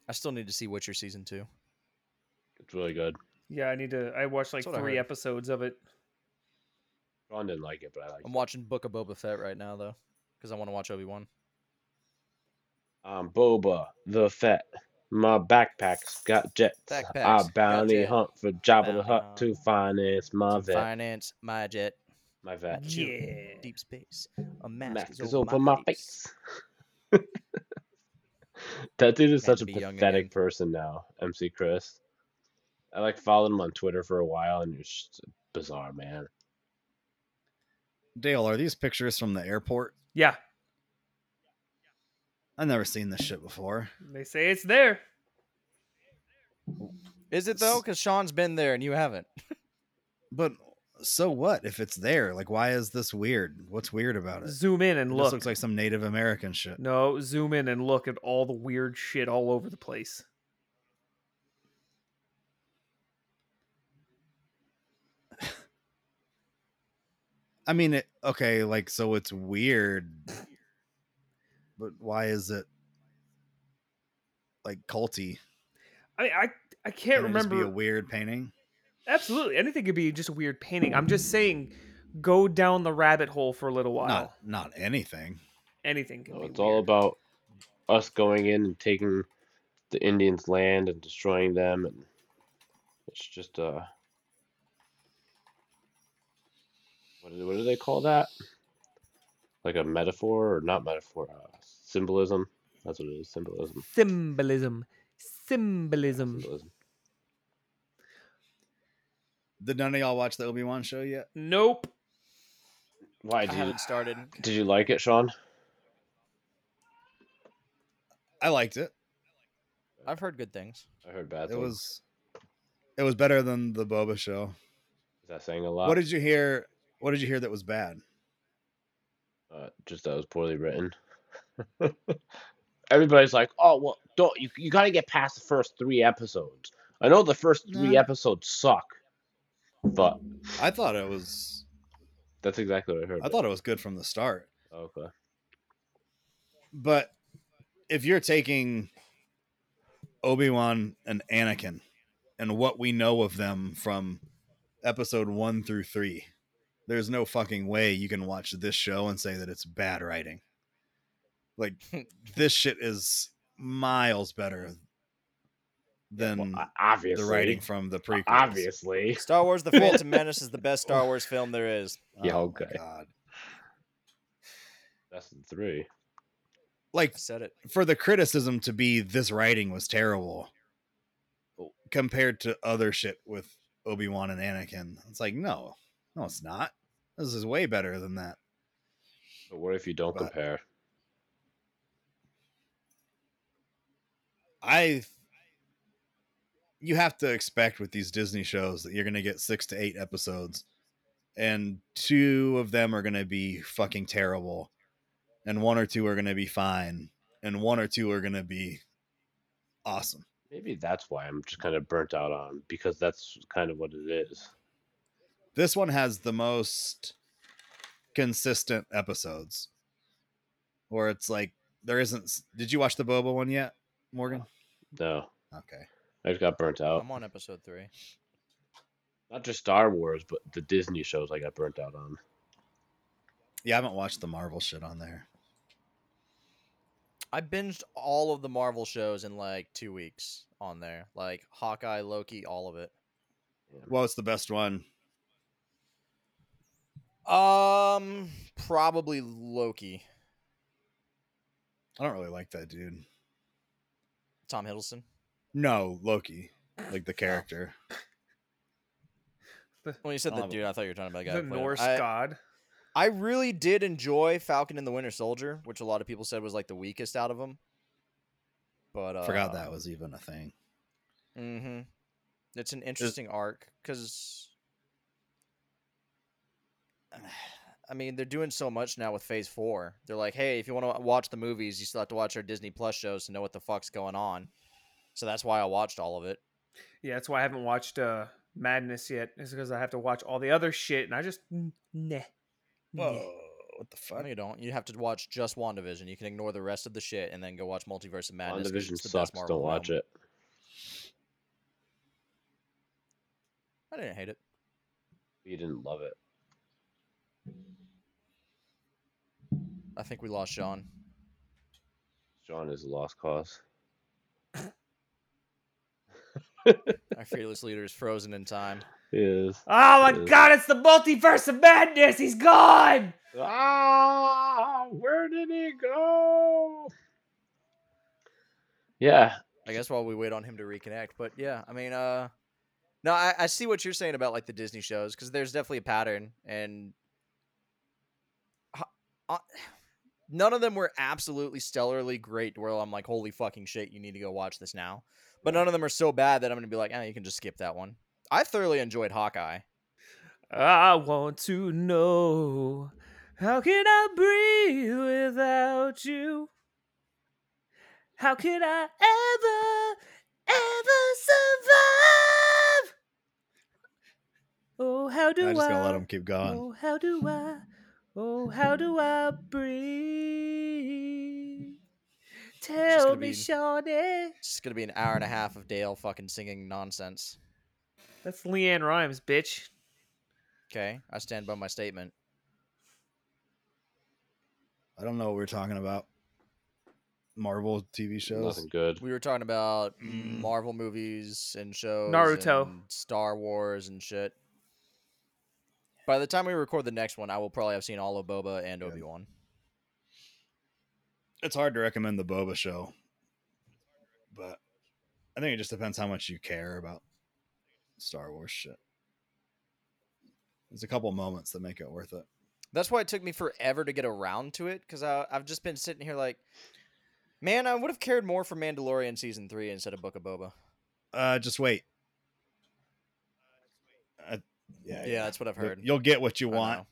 I still need to see Witcher season two. It's really good. Yeah, I need to. I watched like That's what I three heard. episodes of it. Ron didn't like it, but I like. I'm watching Book of Boba Fett right now though, because I want to watch Obi Wan. Um, Boba the Fett. My backpack's got jets. Backpacks I got bounty jets. hunt for Jabba the Bounty Hutt hunt. to finance my To vet. finance my jet, my my vet. children, Yeah. deep space. A mask, Mask is is over over my face. that dude is Man, such a be young pathetic again. person now, MC Chris. I like followed him on Twitter for a while, and it's just bizarre, man. Dale, are these pictures from the airport? Yeah, I've never seen this shit before. they say it's there. Is it though? Because Sean's been there and you haven't. But so what if it's there? Like, why is this weird? What's weird about it? Zoom in and It look. just looks like some Native American shit. no, zoom in and look at all the weird shit all over the place. I mean, it, okay, like so it's weird, but why is it like culty? I mean, I I can't Can it just remember. be a weird painting? Absolutely, anything could be just a weird painting. I'm just saying, go down the rabbit hole for a little while. Not not anything. Anything can So be. Oh, it's all weird. about us going in and taking the Indians' land and destroying them, and it's just uh, what do, what do they call that? Like a metaphor or not metaphor? Uh, symbolism. That's what it is. Symbolism. Um, symbolism. Symbolism. Symbolism. Did none of y'all watch the Obi Wan show yet? Nope. Why I did you, haven't started. did you like it, Sean? I liked it. I've heard good things. I heard bad it things. was it was better than the Boba show. Is that saying a lot? what did you hear? What did you hear that was bad? uh, just that was poorly written. Everybody's like, "Oh well, don't you? You got to get past the first three episodes." I know the first three No. episodes suck, but I thought it was that's exactly what I heard. Oh, I thought it was good from the start. okay, But if you're taking Obi Wan and Anakin and what we know of them from episode one through three, there's no fucking way you can watch this show and say that it's bad writing. Like this shit is miles better than well, o- obviously, the writing from the prequel. obviously, Star Wars: The Phantom Menace is the best Star Wars film there is. Yeah, okay. Oh God. that's the three. Like I said it. for the criticism to be this writing was terrible compared to other shit with Obi Wan and Anakin. It's like no, no, it's not. This is way better than that. But what if you don't But- compare? I you have to expect with these Disney shows that you're going to get 6 to 8 episodes and two of them are going to be fucking terrible and one or two are going to be fine and one or two are going to be awesome. Maybe that's why I'm just kind of burnt out on because that's kind of what it is. This one has the most consistent episodes where it's like there isn't s- Did you watch the Boba one yet, Morgan? No, Okay. I just got burnt out. I'm on episode three. Not just Star Wars, but the Disney shows I got burnt out on. Yeah, I haven't watched the Marvel shit on there. I binged all of the Marvel shows in like two weeks on there, like Hawkeye, Loki, all of it. Well, it's the best one. Um, probably Loki. I don't really like that dude. Tom Hiddleston. No, Loki, like the character. When you said I the love it. dude, I thought you were talking about the guy. the who played him. Norse I, god. I really did enjoy Falcon and the Winter Soldier, which a lot of people said was like the weakest out of them. But uh, Forgot that was even a thing. Mm-hmm. It's an interesting arc because, I mean, they're doing so much now with Phase Four. They're like, hey, if you want to watch the movies, you still have to watch our Disney Plus shows to know what the fuck's going on. So that's why I watched all of it. Yeah, that's why I haven't watched uh, Madness yet. Is because I have to watch all the other shit, and I just n- nah. Nah. what the fuck? No, you don't. You have to watch just WandaVision. You can ignore the rest of the shit and then go watch Multiverse of Madness. 'cause WandaVision it's the sucks. Best Marvel Don't watch film. it. I didn't hate it. You didn't love it. I think we lost Sean. John is a lost cause. Our fearless leader is frozen in time. Is Oh my Yeah. god, it's the multiverse of madness. He's gone. ah, where did he go? Yeah, I guess while we wait on him to reconnect. But yeah, I mean, uh, no, I, I see what you're saying about like the Disney shows because there's definitely a pattern, and ho- uh, none of them were absolutely stellarly great. Where I'm like, holy fucking shit, you need to go watch this now. But none of them are so bad that I'm gonna be like, ah, you can just skip that one. I thoroughly enjoyed Hawkeye. I want to know how can I breathe without you? How can I ever, ever survive? Oh, how do I'm just gonna I- let him keep going. Oh, how do I? Oh, how do I breathe? Tell gonna me, be- Shawnee. It's just gonna be an hour and a half of Dale fucking singing nonsense. That's Leanne Rhymes, bitch. Okay, I stand by my statement. I don't know what we're talking about. Marvel TV shows. nothing good. We were talking about Mm. Marvel movies and shows, Naruto. and Star Wars, and shit. By the time we record the next one, I will probably have seen all of Boba and Good. Obi Wan. It's hard to recommend the Boba show, but I think it just depends how much you care about Star Wars shit. There's a couple moments that make it worth it. That's why it took me forever to get around to it because I've just been sitting here like, man, I would have cared more for Mandalorian season three instead of Book of Boba. Uh, just wait. Uh, yeah, Yeah, that's what I've You'll- heard. You'll get what you I want. know.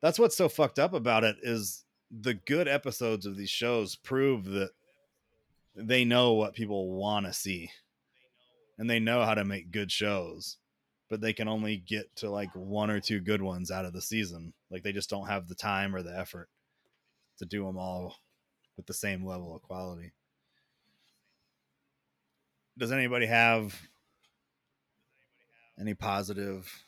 that's what's so fucked up about it is the good episodes of these shows prove that they know what people want to see and they know how to make good shows but they can only get to like one or two good ones out of the season like they just don't have the time or the effort to do them all with the same level of quality does anybody have any positive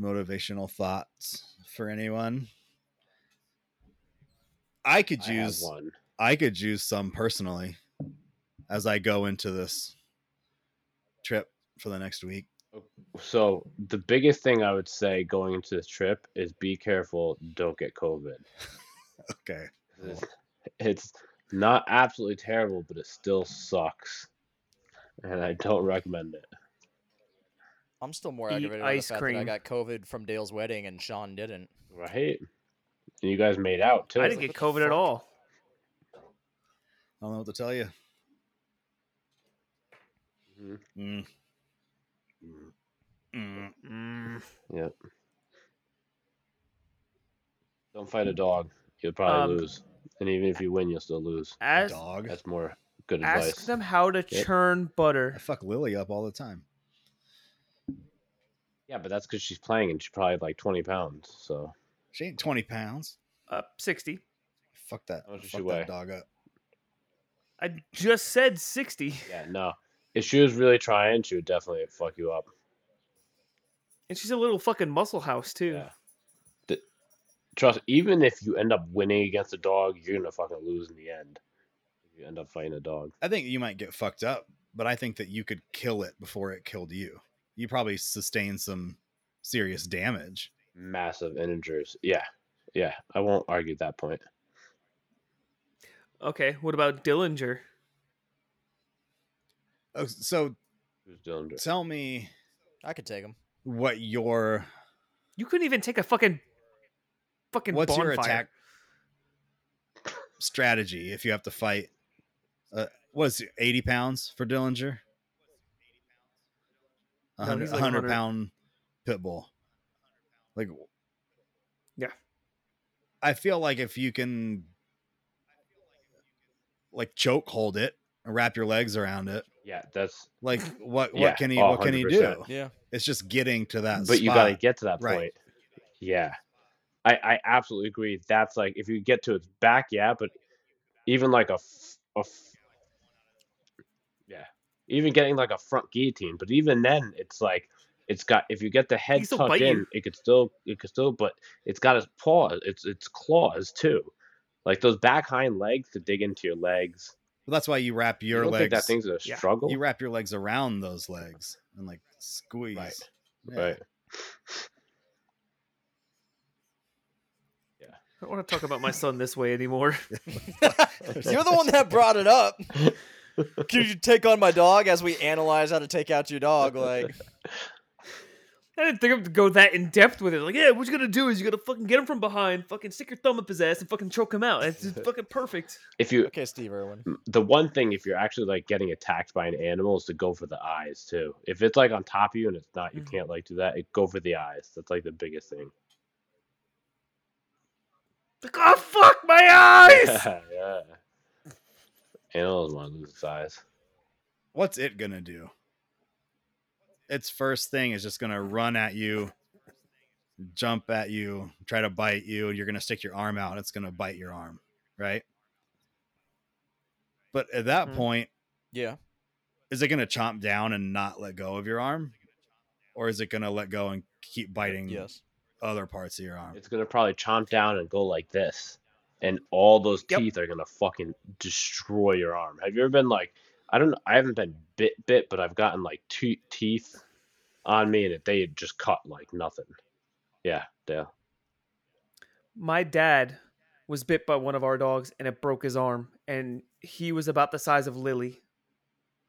motivational thoughts for anyone. I could I have use one. I could use some personally as I go into this trip for the next week. So the biggest thing I would say going into this trip is be careful, don't get COVID. Okay. It's, it's not absolutely terrible, but it still sucks, and I don't recommend it. I'm still more Eat aggravated by the ice fact that I cream. got COVID from Dale's wedding and Sean didn't. Right? And you guys made out too. I didn't What get the COVID at fuck? all. I don't know what to tell you. Mhm. Mm, Mhm. mm. Mm. Yep. Don't fight a dog. You'll probably Um, lose, and even if you win, you'll still lose. Ask, Dog. That's more good ask advice. them how to Yeah. churn I butter. fuck Lily up all the time. Yeah, but that's because she's playing, and she's probably like twenty pounds. So She ain't 20 pounds. Up 60. Fuck that. How much does she Fuck weigh? that dog up. I just said 60. yeah, no. If she was really trying, she would definitely fuck you up. And she's a little fucking muscle house, too. Yeah. D- Trust, even if you end up winning against a dog, you're gonna fucking lose in the end. If you end up fighting a dog. I think you might get fucked up, but I think that you could kill it before it killed you. You probably sustain some serious damage. Massive injuries. Yeah. Yeah. I won't argue that point. Okay, what about Dillinger? Oh, so Who's Dillinger? tell me I could take him. what your You couldn't even take a fucking fucking what's bonfire. your attack strategy if you have to fight. Uh, what's it, eighty pounds for Dillinger? A No, hundred he's like hundred 100. pound pit bull. Like, Yeah. I feel like if you can, like, choke hold it and wrap your legs around it. Yeah, that's Like, what what Yeah, can he oh, what can he do? 100%. Yeah. It's just getting to that. but you gotta spot. get to that Right. point. Yeah. I, I absolutely agree. That's like if you get to its back, yeah, but even like a, f- a f- yeah, even getting like a front guillotine, but even then, it's like it's got if you get the head can still tucked bite you. in, it could still it could still, but it's got its paws, its its claws too, like those back hind legs to dig into your legs. Well, that's why you wrap You your don't legs. think that thing's a yeah, struggle, you wrap your legs around those legs and like squeeze. Yeah. right? I don't want to talk about my son this way anymore. You're the one that brought it up. Could you take on my dog as we analyze how to take out your dog? Like, I didn't think I would go that in depth with it. Like, yeah, what you gonna do is you gotta fucking get him from behind, fucking stick your thumb up his ass, and fucking choke him out. It's just fucking perfect. If you okay, Steve Irwin. m- the one thing if you're actually like getting attacked by an animal is to go for the eyes too. If it's like on top of you and it's not, you Mhm. can't like do that. It, go for the eyes. That's like the biggest thing. Like, oh fuck my eyes! yeah. Animals want to lose its eyes. What's it gonna do? Its first thing is just gonna run at you, jump at you, try to bite you. You're gonna stick your arm out. It's gonna bite your arm, right? But at that Mhm. point, Yeah. is it gonna chomp down and not let go of your arm, or is it gonna let go and keep biting Yes. other parts of your arm? It's gonna probably chomp down and go like this, and all those Yep. teeth are gonna fucking destroy your arm. Have you ever been like, I don't, I haven't been bit bit, but I've gotten like two teeth on me, and it, they had just cut like nothing. Yeah, yeah. My dad was bit by one of our dogs, and it broke his arm, and he was about the size of Lily.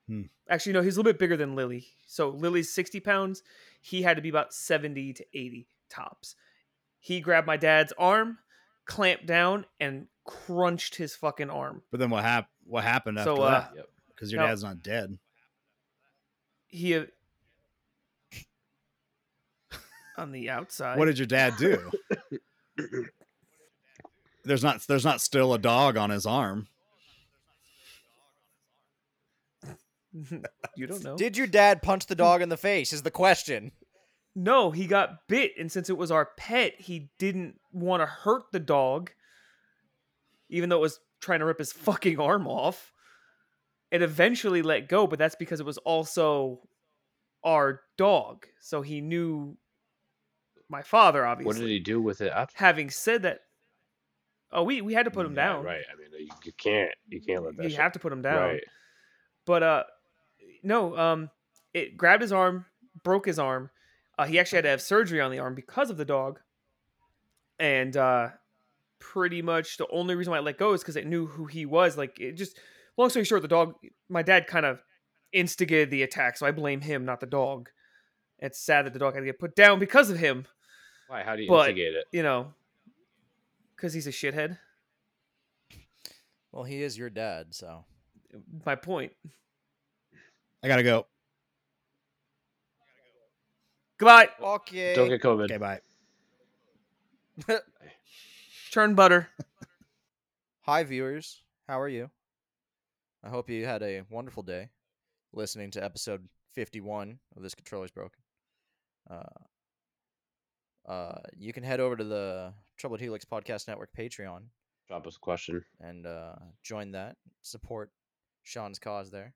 Hmm. Actually, no, he's a little bit bigger than Lily. So Lily's sixty pounds. He had to be about 70 to 80 tops. He grabbed my dad's arm, clamped down, and crunched his fucking arm. But then what happened? What happened after So, uh, that? Yep. Because your no. dad's not dead. He uh, on the outside. What did your dad do? there's not. There's not still a dog on his arm. you don't know? Did your dad punch the dog in the face? Is the question. No, he got bit, and since it was our pet, he didn't want to hurt the dog, even though it was trying to rip his fucking arm off. It eventually let go, but that's because it was also our dog, so he knew my father. Obviously, What did he do with it after? having said that, oh, we we had to put him Yeah, down. Right. I mean, you, you can't. You can't let that. You shit- have to put him down. Right. But uh, no, um, it grabbed his arm, broke his arm. Uh, he actually had to have surgery on the arm because of the dog. And uh, pretty much the only reason why I let go is because it knew who he was. Like it just, long story short, the dog, my dad kind of instigated the attack, so I blame him, not the dog. It's sad that the dog had to get put down because of him, Why? How do you But- instigate it? you know, because he's a shithead. Well, he is your dad, so My point. I gotta go. Goodbye. Eh, okay. Don't get COVID. Okay, bye. Churn butter. Hi, viewers. How are you? I hope you had a wonderful day listening to episode 51 of This Controller's Broken. Uh, uh, you can head over to the Troubled Helix Podcast Network Patreon Drop us a question. and uh, join that. Support Sean's cause there.